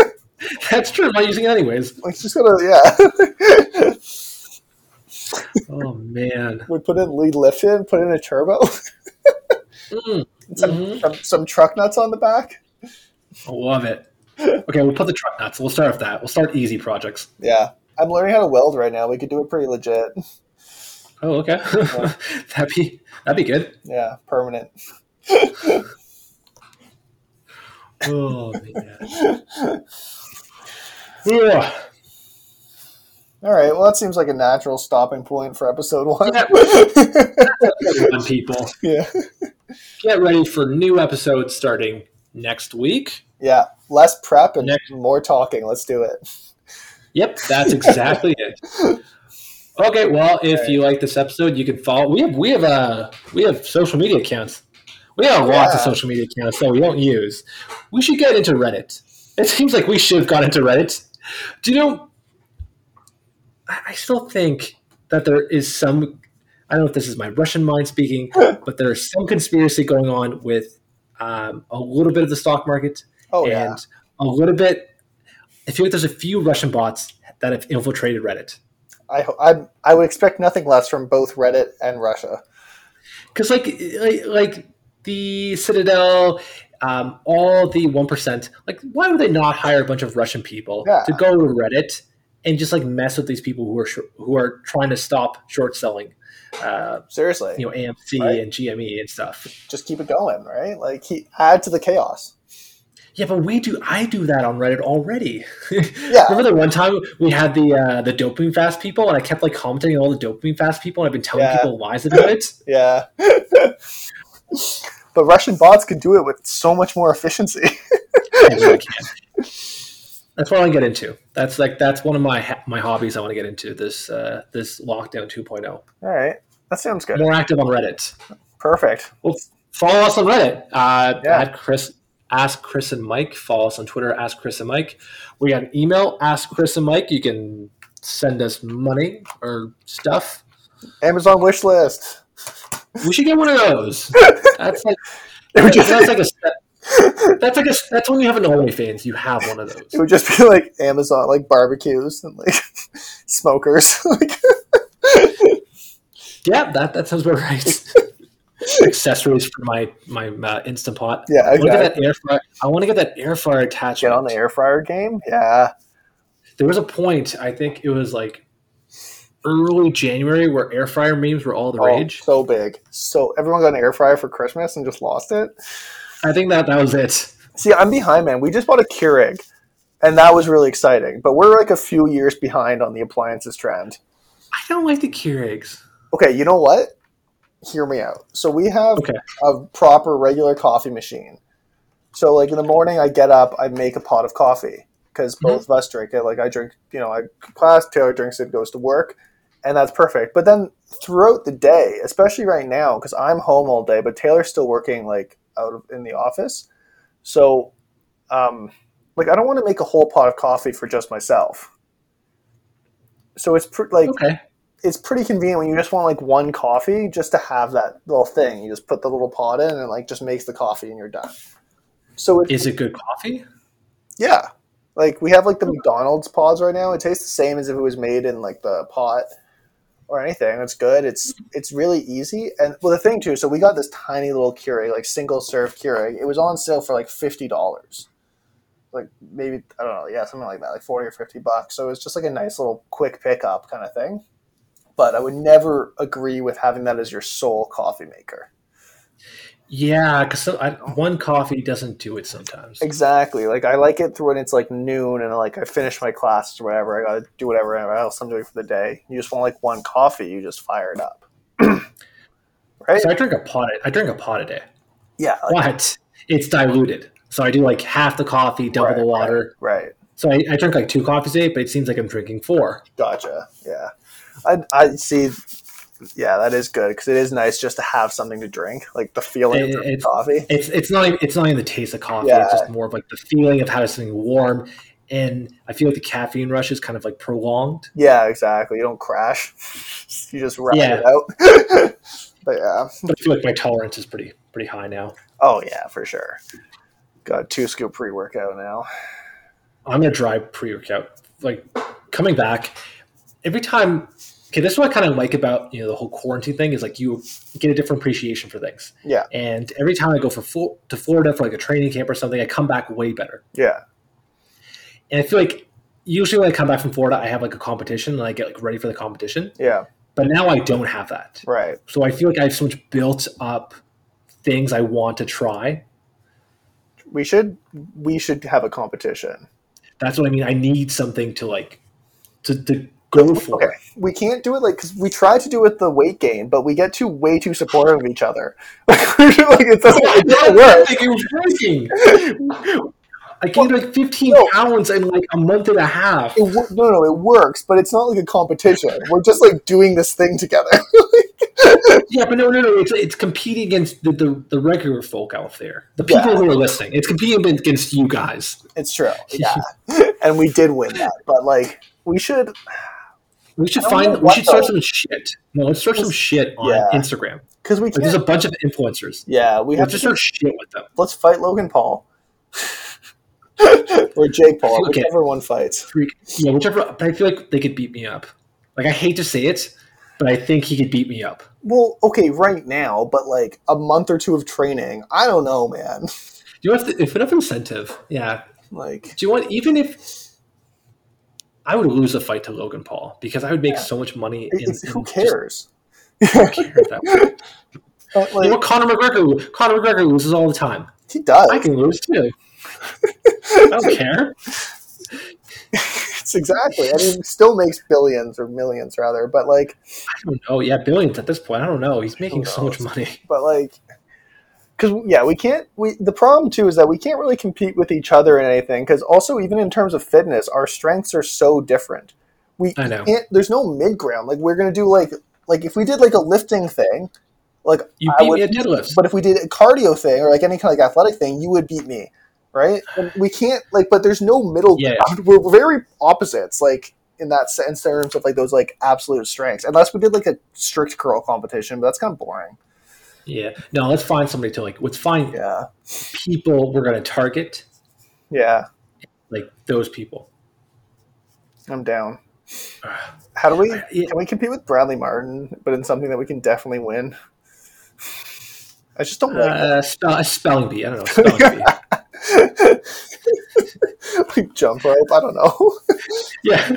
[SPEAKER 2] that's true i'm not using it anyways
[SPEAKER 1] Like just gotta yeah.
[SPEAKER 2] oh man
[SPEAKER 1] we put in lead lift in, put in a turbo,
[SPEAKER 2] Mm,
[SPEAKER 1] some,
[SPEAKER 2] Mhm.
[SPEAKER 1] some some truck nuts on the back.
[SPEAKER 2] i love it okay we'll put the truck nuts we'll start with that we'll start easy projects
[SPEAKER 1] Yeah. I'm learning how to weld right now. We could do it pretty legit.
[SPEAKER 2] oh okay that'd be that'd be good
[SPEAKER 1] Yeah, permanent.
[SPEAKER 2] oh man yeah.
[SPEAKER 1] All right. Well, that seems like a natural stopping point for episode one.
[SPEAKER 2] Fun people
[SPEAKER 1] yeah.
[SPEAKER 2] get ready for new episodes starting next week.
[SPEAKER 1] Yeah. Less prep and
[SPEAKER 2] Next.
[SPEAKER 1] more talking. Let's do it.
[SPEAKER 2] Yep, that's exactly it. Okay, well, if you like this episode, you can follow. We have we have uh, we have social media accounts. We have lots of
[SPEAKER 1] Yeah.
[SPEAKER 2] social media accounts that we don't use. We should get into Reddit. It seems like we should have got into Reddit. Do you know? I, I still think that there is some. I don't know if this is my Russian mind speaking, but there is some conspiracy going on with um, a little bit of the stock market
[SPEAKER 1] Oh,
[SPEAKER 2] and
[SPEAKER 1] yeah.
[SPEAKER 2] a little bit. I feel like there's a few Russian bots that have infiltrated Reddit
[SPEAKER 1] I, ho- I, I would expect nothing less from both Reddit and Russia.
[SPEAKER 2] because, like, like, like the Citadel, um, all the one percent. Like, why would they not hire a bunch of Russian people
[SPEAKER 1] Yeah.
[SPEAKER 2] to go to Reddit and just like mess with these people who are sh- who are trying to stop short selling, uh,
[SPEAKER 1] Seriously,
[SPEAKER 2] you know, AMC
[SPEAKER 1] Right.
[SPEAKER 2] and GME and stuff.
[SPEAKER 1] just keep it going, right? Like he add to the chaos.
[SPEAKER 2] Yeah, but we do. I do that on Reddit already.
[SPEAKER 1] Yeah.
[SPEAKER 2] Remember that one time we had the uh, the dopamine fast people, and I kept like commenting on all the dopamine fast people, and I've been telling
[SPEAKER 1] Yeah.
[SPEAKER 2] people lies about it.
[SPEAKER 1] Yeah. but Russian bots can do it with so much more efficiency.
[SPEAKER 2] I really can't. That's what I want to get into. That's like that's one of my ha- my hobbies. I want to get into this uh, this lockdown 2.0.
[SPEAKER 1] All right. That sounds good.
[SPEAKER 2] More active on Reddit.
[SPEAKER 1] Perfect.
[SPEAKER 2] Well, follow us on Reddit. Uh,
[SPEAKER 1] Yeah.
[SPEAKER 2] At Chris, ask Chris and Mike. Follow us on Twitter. Ask Chris and Mike. We got an email. Ask Chris and Mike. You can send us money or stuff.
[SPEAKER 1] Amazon wish list.
[SPEAKER 2] We should get one of those. That's like
[SPEAKER 1] It would
[SPEAKER 2] that's,
[SPEAKER 1] just,
[SPEAKER 2] that's like a step. That's like a that's when you have an OnlyFans. You have one of
[SPEAKER 1] it
[SPEAKER 2] those.
[SPEAKER 1] would just be like Amazon, like barbecues and like smokers. like,
[SPEAKER 2] Yeah, that that sounds about right. Accessories for my my uh, instant pot.
[SPEAKER 1] yeah,
[SPEAKER 2] I want to
[SPEAKER 1] exactly.
[SPEAKER 2] get that air fryer. I want to get that air fryer attachment.
[SPEAKER 1] Get on the air fryer game. Yeah.
[SPEAKER 2] there was a point i think it was like early january where air fryer memes were all the
[SPEAKER 1] Oh,
[SPEAKER 2] rage
[SPEAKER 1] so big. So everyone got an air fryer for Christmas and just lost it.
[SPEAKER 2] i think that that was it
[SPEAKER 1] See, I'm behind, man. We just bought a Keurig, and that was really exciting. But we're like a few years behind on the appliances trend.
[SPEAKER 2] i don't like the keurigs
[SPEAKER 1] Okay, you know what? Hear me out. So we have
[SPEAKER 2] Okay.
[SPEAKER 1] a proper regular coffee machine. So like in the morning, I get up, I make a pot of coffee because both of us drink it. Like I drink, you know, I go to class. Taylor drinks it, goes to work, and that's perfect. But then throughout the day, especially right now, because I'm home all day, but Taylor's still working like out of, in the office. So, um, like I don't want to make a whole pot of coffee for just myself. So it's pr- like
[SPEAKER 2] okay
[SPEAKER 1] it's pretty convenient when you just want like one coffee just to have that little thing. You just put the little pot in and it, like just makes the coffee and you're done. So it,
[SPEAKER 2] is it good coffee
[SPEAKER 1] yeah, like we have like the McDonald's pods right now. It tastes the same as if it was made in like the pot or anything. It's good. It's it's really easy. And well, the thing too. So we got this tiny little Keurig, like single serve Keurig. It was on sale for like fifty dollars. Like maybe I don't know, yeah, something like that, like forty or fifty bucks. So it's just like a nice little quick pickup kind of thing. But I would never agree with having that as your sole coffee maker.
[SPEAKER 2] yeah because one coffee doesn't do it sometimes
[SPEAKER 1] Exactly. Like I like it through when it's like noon and like I finish my classes or whatever. I gotta do whatever else I'm doing for the day. You just want like one coffee. You just fire it up. right?
[SPEAKER 2] so i drink a pot i drink a pot a day
[SPEAKER 1] Yeah. like-
[SPEAKER 2] but it's diluted so i do like half the coffee double
[SPEAKER 1] Right,
[SPEAKER 2] the water
[SPEAKER 1] right.
[SPEAKER 2] so I, I drink like two coffees a day but it seems like i'm drinking four
[SPEAKER 1] Gotcha. Yeah. I I see. Yeah, that is good because it is nice just to have something to drink, like the feeling
[SPEAKER 2] It-
[SPEAKER 1] of drinking
[SPEAKER 2] it's-
[SPEAKER 1] coffee.
[SPEAKER 2] It's it's not even, it's not even the taste of coffee.
[SPEAKER 1] Yeah.
[SPEAKER 2] It's just more of like the feeling of having something warm. And I feel like the caffeine rush is kind of like prolonged.
[SPEAKER 1] Yeah, exactly. You don't crash. You just ride
[SPEAKER 2] Yeah.
[SPEAKER 1] it out. but yeah.
[SPEAKER 2] But I feel like my tolerance is pretty pretty high now.
[SPEAKER 1] Oh yeah, for sure. Got two scoop pre workout now.
[SPEAKER 2] I'm gonna try pre workout. Like coming back every time. Okay, this is what I kind of like about you know the whole quarantine thing is like you get a different appreciation for things.
[SPEAKER 1] Yeah.
[SPEAKER 2] And every time I go for Flo- to Florida for like a training camp or something, I come back way better.
[SPEAKER 1] Yeah.
[SPEAKER 2] And I feel like usually when I come back from Florida, I have like a competition and I get like ready for the competition.
[SPEAKER 1] Yeah.
[SPEAKER 2] But now I don't have that.
[SPEAKER 1] Right.
[SPEAKER 2] So I feel like I have so much built up things I want to try.
[SPEAKER 1] We should we should have a competition.
[SPEAKER 2] That's what I mean. I need something to like to, to go for.
[SPEAKER 1] Okay. We can't do it like because we tried to do it the weight gain, but we get too way too supportive of each other. like it doesn't, it doesn't work.
[SPEAKER 2] Like, it was working. I gained like 15
[SPEAKER 1] No.
[SPEAKER 2] pounds in like a month and a half.
[SPEAKER 1] It wor- no, no, it works, but it's not like a competition. We're just like doing this thing together.
[SPEAKER 2] Yeah, but no, no, no. It's, it's competing against the, the, the regular folk out there, the people
[SPEAKER 1] Yeah.
[SPEAKER 2] who are listening. It's competing against you guys.
[SPEAKER 1] it's true. Yeah. and we did win that, but like we should.
[SPEAKER 2] We should
[SPEAKER 1] I don't know
[SPEAKER 2] find. We
[SPEAKER 1] what
[SPEAKER 2] should start
[SPEAKER 1] though.
[SPEAKER 2] some shit. No, let's start some shit on
[SPEAKER 1] Yeah.
[SPEAKER 2] Instagram.
[SPEAKER 1] Because we
[SPEAKER 2] Like, there's a
[SPEAKER 1] can't.
[SPEAKER 2] bunch of influencers.
[SPEAKER 1] yeah, we
[SPEAKER 2] We
[SPEAKER 1] have
[SPEAKER 2] have
[SPEAKER 1] to.
[SPEAKER 2] to start shit with them.
[SPEAKER 1] let's fight Logan Paul. or Jake Paul,
[SPEAKER 2] Okay.
[SPEAKER 1] whichever one fights.
[SPEAKER 2] freak. Yeah, whichever. But I feel like they could beat me up. Like I hate to say it, but I think he could beat me up.
[SPEAKER 1] Well, okay, right now, but like a month or two of training, I don't know, man.
[SPEAKER 2] You have to, if enough incentive. Yeah.
[SPEAKER 1] Like,
[SPEAKER 2] Do you want even if? I would lose a fight to Logan Paul because I would make
[SPEAKER 1] Yeah.
[SPEAKER 2] so much money.
[SPEAKER 1] It-
[SPEAKER 2] In,
[SPEAKER 1] it's- who
[SPEAKER 2] in just-
[SPEAKER 1] cares?
[SPEAKER 2] I don't care if that way.
[SPEAKER 1] But,
[SPEAKER 2] you know,
[SPEAKER 1] like,
[SPEAKER 2] Conor McGregor, Conor McGregor loses all the time.
[SPEAKER 1] he does.
[SPEAKER 2] I can lose too. I don't care.
[SPEAKER 1] It's exactly. I mean, he still makes billions or millions rather, but like,
[SPEAKER 2] I don't know. Yeah, billions at this point. I don't know. He's making so much
[SPEAKER 1] knows?
[SPEAKER 2] money.
[SPEAKER 1] but like, because yeah, we can't. We the problem too is that we can't really compete with each other in anything. Because also, even in terms of fitness, our strengths are so different. We
[SPEAKER 2] I know.
[SPEAKER 1] can't. There's no mid ground. Like we're gonna do like like if we did like a lifting thing,
[SPEAKER 2] You
[SPEAKER 1] I
[SPEAKER 2] beat
[SPEAKER 1] would-
[SPEAKER 2] me at deadlifts.
[SPEAKER 1] but if we did a cardio thing or like any kind of like athletic thing, you would beat me, right? And we can't like, but there's no middle
[SPEAKER 2] Yeah.
[SPEAKER 1] ground. We're very opposites, like in that sense, in terms of like those like absolute strengths. Unless we did like a strict curl competition, but that's kind of boring.
[SPEAKER 2] Yeah. No, let's find somebody to like. Let's find
[SPEAKER 1] Yeah,
[SPEAKER 2] people we're going to target,
[SPEAKER 1] yeah,
[SPEAKER 2] like those people.
[SPEAKER 1] I'm down.
[SPEAKER 2] Ugh.
[SPEAKER 1] How do we
[SPEAKER 2] Yeah.
[SPEAKER 1] can we compete with Bradley Martin, but in something that we can definitely win? I just don't like
[SPEAKER 2] Uh, spell, a spelling bee. I don't know. Spelling bee. Uh.
[SPEAKER 1] like jump rope. I don't know
[SPEAKER 2] Yeah.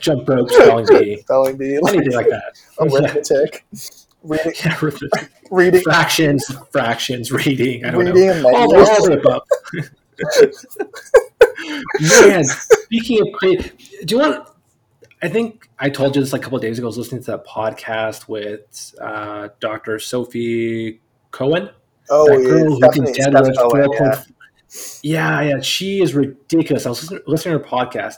[SPEAKER 2] Jump rope, spelling bee,
[SPEAKER 1] spelling bee, like
[SPEAKER 2] anything like that.
[SPEAKER 1] arithmetic, reading,
[SPEAKER 2] Yeah, arithmetic.
[SPEAKER 1] reading,
[SPEAKER 2] fractions, fractions, reading. I don't know. Oh,
[SPEAKER 1] reading, and
[SPEAKER 2] all the,
[SPEAKER 1] menus.
[SPEAKER 2] all the above. Man, speaking of create, do you want? I think I told you this like a couple of days ago. I was listening to that podcast with uh, Dr. Sophie Cohen.
[SPEAKER 1] Oh,
[SPEAKER 2] that
[SPEAKER 1] yeah,
[SPEAKER 2] girl who can
[SPEAKER 1] Stephanie-
[SPEAKER 2] deadlift
[SPEAKER 1] Steph Owen,
[SPEAKER 2] 4.4 yeah. yeah, she is ridiculous. I was listening, listening to her podcast,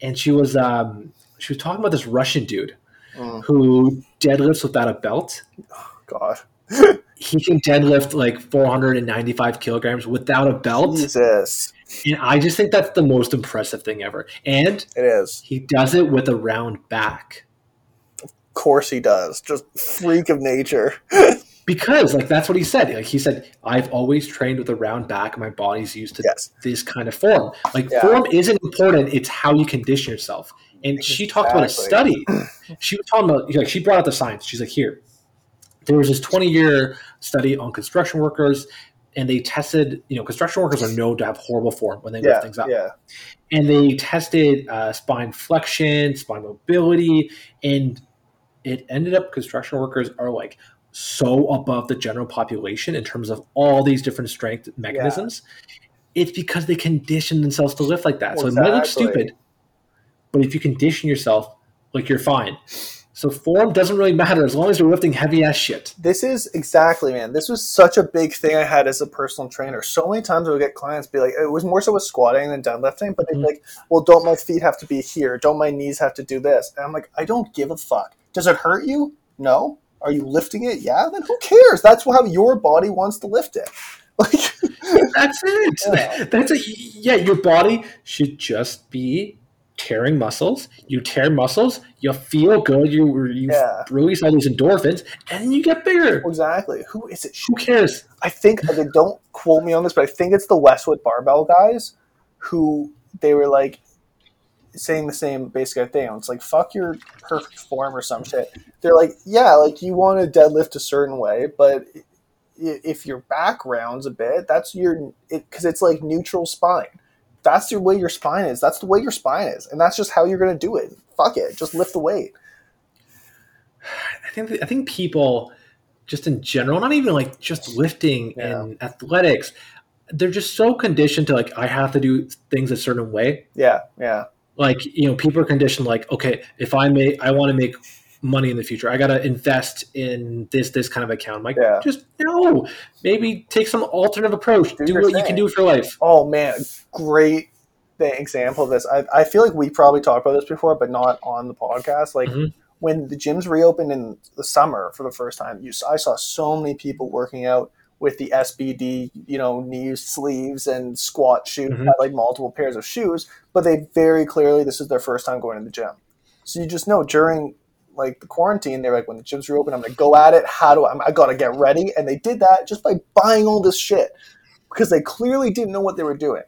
[SPEAKER 2] and she was um, she was talking about this Russian dude
[SPEAKER 1] yeah. Mm,
[SPEAKER 2] who deadlifts without a belt.
[SPEAKER 1] God,
[SPEAKER 2] He can deadlift like 495 kilograms without a belt.
[SPEAKER 1] Jesus,
[SPEAKER 2] And I just think that's the most impressive thing ever. And
[SPEAKER 1] it is.
[SPEAKER 2] he does it with a round back.
[SPEAKER 1] Of course he does. Just freak of nature.
[SPEAKER 2] Because like that's what he said. Like he said, I've always trained with a round back. My body's used to
[SPEAKER 1] Yes,
[SPEAKER 2] this kind of form. Like
[SPEAKER 1] Yeah.
[SPEAKER 2] form isn't important, it's how you condition yourself. And she talked about a
[SPEAKER 1] Exactly.
[SPEAKER 2] study. She was talking about like she brought out the science. She's like, here, there was this 20 year study on construction workers, and they tested, you know, construction workers are known to have horrible form when they
[SPEAKER 1] yeah,
[SPEAKER 2] lift things up.
[SPEAKER 1] yeah.
[SPEAKER 2] and they tested uh, spine flexion, spine mobility, and it ended up construction workers are like so above the general population in terms of all these different strength mechanisms. It's because they condition themselves to lift like that. So it might look
[SPEAKER 1] Exactly.
[SPEAKER 2] stupid, but if you condition yourself, like you're fine. So form doesn't really matter as long as you're lifting heavy ass shit.
[SPEAKER 1] This is exactly, man. This was such a big thing I had as a personal trainer. So many times I would get clients be like, it was more so with squatting than deadlifting, but they'd be
[SPEAKER 2] Mhm.
[SPEAKER 1] like, well, don't my feet have to be here? Don't my knees have to do this? And I'm like, I don't give a fuck. Does it hurt you? No. Are you lifting it? Yeah. Then who cares? That's how your body wants to lift it. Like,
[SPEAKER 2] That's it.
[SPEAKER 1] Yeah.
[SPEAKER 2] That's a yeah. Your body should just be tearing muscles. You tear muscles. You feel good. You you
[SPEAKER 1] Yeah.
[SPEAKER 2] release all these endorphins, and then you get bigger.
[SPEAKER 1] exactly. Who is it?
[SPEAKER 2] Who cares?
[SPEAKER 1] I think okay, don't quote me on this, but I think it's the Westwood Barbell guys who they were like saying the same basic thing. It's like fuck your perfect form or some shit. They're like, yeah, like you want to deadlift a certain way, but i- if your back rounds a bit, that's your because it's like neutral spine. That's the way your spine is. That's the way your spine is, and that's just how you're gonna do it. Fuck it, just lift the weight.
[SPEAKER 2] I think I think people just in general, not even like just lifting and athletics, they're just so conditioned to like I have to do things a certain way.
[SPEAKER 1] Yeah, yeah,
[SPEAKER 2] like you know people are conditioned like okay if i make i want to make money in the future i gotta invest in this this kind of account I'm like
[SPEAKER 1] Yeah.
[SPEAKER 2] just no maybe take some alternative approach
[SPEAKER 1] Do
[SPEAKER 2] do,
[SPEAKER 1] your
[SPEAKER 2] what you
[SPEAKER 1] thing.
[SPEAKER 2] can do with your life
[SPEAKER 1] Oh man, great thing- example of this. I, I feel like we probably talked about this before, but not on the podcast. Like
[SPEAKER 2] Mhm.
[SPEAKER 1] when the gyms reopened in the summer for the first time, you s- I saw so many people working out with the SBD, you know, knees, sleeves, and squat shoes,
[SPEAKER 2] Mhm.
[SPEAKER 1] had, like multiple pairs of shoes. But they very clearly this is their first time going to the gym. So you just know during like the quarantine, they're like, when the gyms reopen, I'm gonna go at it. How do I? I'm- I gotta get ready? And they did that just by buying all this shit because they clearly didn't know what they were doing.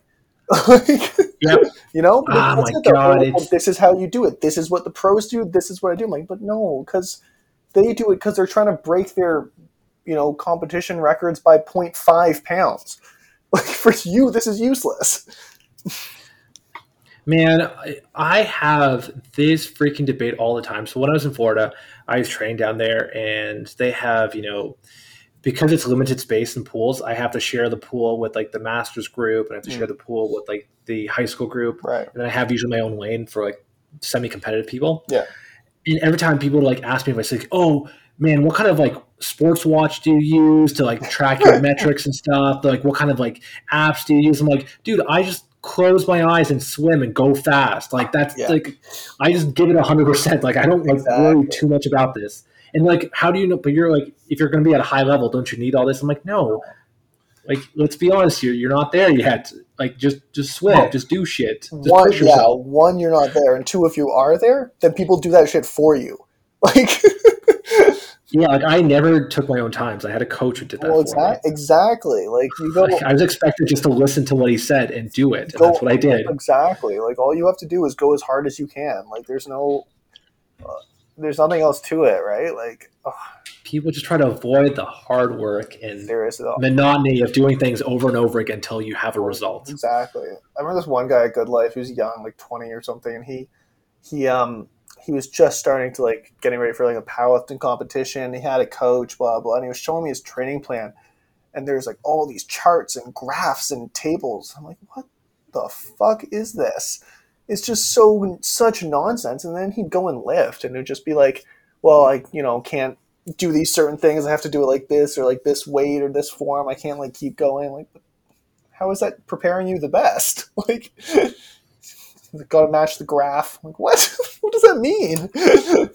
[SPEAKER 1] Like,
[SPEAKER 2] Yep.
[SPEAKER 1] You know,
[SPEAKER 2] Ah,
[SPEAKER 1] That's
[SPEAKER 2] my
[SPEAKER 1] not the
[SPEAKER 2] God,
[SPEAKER 1] whole,
[SPEAKER 2] it's-
[SPEAKER 1] this is how you do it. This is what the pros do. This is what I do. I'm like, but no, because they do it because they're trying to break their, you know, competition records by 0.5 pounds. Like for you, this is useless.
[SPEAKER 2] Man, I- I have this freaking debate all the time. So when I was in Florida, I trained down there, and they have you know because it's limited space and pools, I have to share the pool with like the masters group, and I have to
[SPEAKER 1] Mm.
[SPEAKER 2] share the pool with like the high school group,
[SPEAKER 1] Right.
[SPEAKER 2] and then I have usually my own lane for like semi-competitive people.
[SPEAKER 1] Yeah.
[SPEAKER 2] And every time people like ask me, if I say, like, "Oh man, what kind of like sports watch do you use to like track your metrics and stuff? Like, what kind of like apps do you use?" I'm like, "Dude, I just close my eyes and swim and go fast. Like that's
[SPEAKER 1] Yeah.
[SPEAKER 2] like, I just give it hundred percent. Like I don't like worry
[SPEAKER 1] Exactly.
[SPEAKER 2] too much about this." And like, how do you know? But you're like, if you're going to be at a high level, don't you need all this? I'm like, no. Like, let's be honest here. You're not there yet. Like, just just swim. Just do shit. Just
[SPEAKER 1] one,
[SPEAKER 2] push
[SPEAKER 1] yeah,
[SPEAKER 2] yourself.
[SPEAKER 1] one, you're not there, and two, if you are there, then people do that shit for you. Like,
[SPEAKER 2] Yeah, like I never took my own times. I had a coach who did that
[SPEAKER 1] well,
[SPEAKER 2] for
[SPEAKER 1] exac- exactly. Like, you
[SPEAKER 2] me.
[SPEAKER 1] go,
[SPEAKER 2] Like, I was expected just to listen to what he said and do it, and
[SPEAKER 1] Go-
[SPEAKER 2] that's what I did.
[SPEAKER 1] exactly. Like, all you have to do is go as hard as you can. Like, there's no, uh, there's nothing else to it, right? Like, oh,
[SPEAKER 2] People just try to avoid the hard work and
[SPEAKER 1] there is it all.
[SPEAKER 2] monotony of doing things over and over again until you have a result.
[SPEAKER 1] Exactly. I remember this one guy at Good Life. He was young, like twenty or something, and he he um he was just starting to like getting ready for like a powerlifting competition. He had a coach, blah blah, and he was showing me his training plan. And there's like all these charts and graphs and tables. I'm like, what the fuck is this? It's just so such nonsense. And then he'd go and lift, and it'd just be like, well, I you know can't do these certain things. I have to do it like this or like this weight or this form. I can't like keep going. Like, how is that preparing you the best? Like, got to match the graph. Like, what? what does that mean?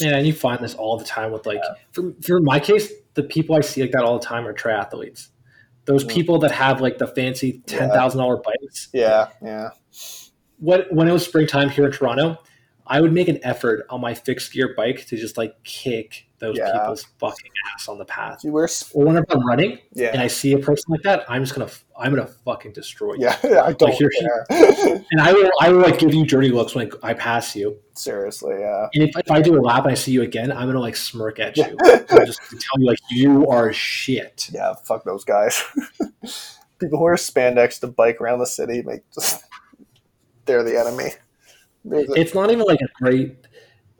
[SPEAKER 2] Yeah, and you find this all the time with like, for, for my case, the people I see like that all the time are triathletes. Those
[SPEAKER 1] Mm.
[SPEAKER 2] people that have like the fancy ten thousand dollar bikes
[SPEAKER 1] yeah, yeah,
[SPEAKER 2] what when it was springtime here in Toronto, I would make an effort on my fixed gear bike to just like kick those
[SPEAKER 1] Yeah.
[SPEAKER 2] people's fucking ass on the path.
[SPEAKER 1] you wear. s-
[SPEAKER 2] Or whenever I'm running and
[SPEAKER 1] Yeah,
[SPEAKER 2] I see a person like that, I'm just gonna I'm gonna fucking destroy you.
[SPEAKER 1] yeah. I don't
[SPEAKER 2] Like, you're-
[SPEAKER 1] care.
[SPEAKER 2] And I will I will like give you dirty looks when I pass you.
[SPEAKER 1] Seriously, yeah.
[SPEAKER 2] And if, if I do a lap and I see you again, I'm gonna like smirk at you. I'm just gonna tell you like you are shit.
[SPEAKER 1] Yeah, fuck those guys. People who wear spandex to bike around the city make just they're the enemy. There's a-
[SPEAKER 2] It's not even like a great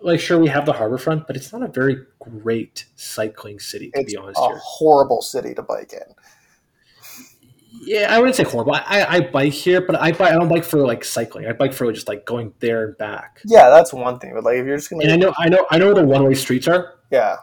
[SPEAKER 2] like sure we have the harbor front, but it's not a very great cycling city to
[SPEAKER 1] It's
[SPEAKER 2] be
[SPEAKER 1] a
[SPEAKER 2] honest here.
[SPEAKER 1] horrible city to bike in.
[SPEAKER 2] Yeah, I wouldn't say horrible. I, I, I bike here, but I bike, I don't bike for like cycling. I bike for just like going there and back.
[SPEAKER 1] Yeah, that's one thing. But like, if you're just
[SPEAKER 2] And I
[SPEAKER 1] gonna,
[SPEAKER 2] know I know I know where the one way streets are,
[SPEAKER 1] yeah,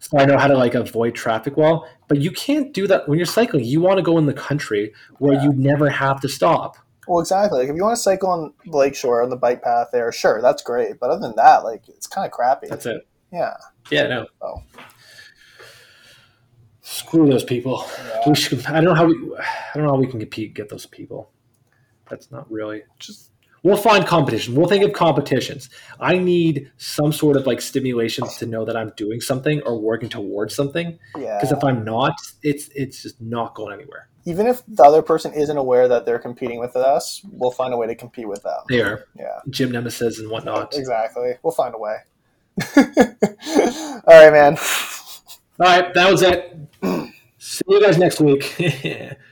[SPEAKER 2] so I know how to like avoid traffic well. But you can't do that when you're cycling. You want to go in the country where you never have to stop.
[SPEAKER 1] Well, exactly. Like, if you want to cycle on the Lakeshore on the bike path there, sure, that's great. But other than that, like, it's kind of crappy.
[SPEAKER 2] That's it.
[SPEAKER 1] yeah.
[SPEAKER 2] Yeah, no.
[SPEAKER 1] Oh.
[SPEAKER 2] Screw those people.
[SPEAKER 1] yeah.
[SPEAKER 2] We should, I don't know how we I don't know how we can compete get those people. That's not really
[SPEAKER 1] Just
[SPEAKER 2] We'll find competition. We'll think of competitions. I need some sort of like stimulation to know that I'm doing something or working towards something.
[SPEAKER 1] yeah.
[SPEAKER 2] Because if I'm not, it's it's just not going anywhere.
[SPEAKER 1] Even if the other person isn't aware that they're competing with us, we'll find a way to compete with them.
[SPEAKER 2] They are
[SPEAKER 1] Yeah.
[SPEAKER 2] gym nemesis and whatnot. All
[SPEAKER 1] Exactly. We'll find a way. All right, man.
[SPEAKER 2] right, that was it. See you guys next week.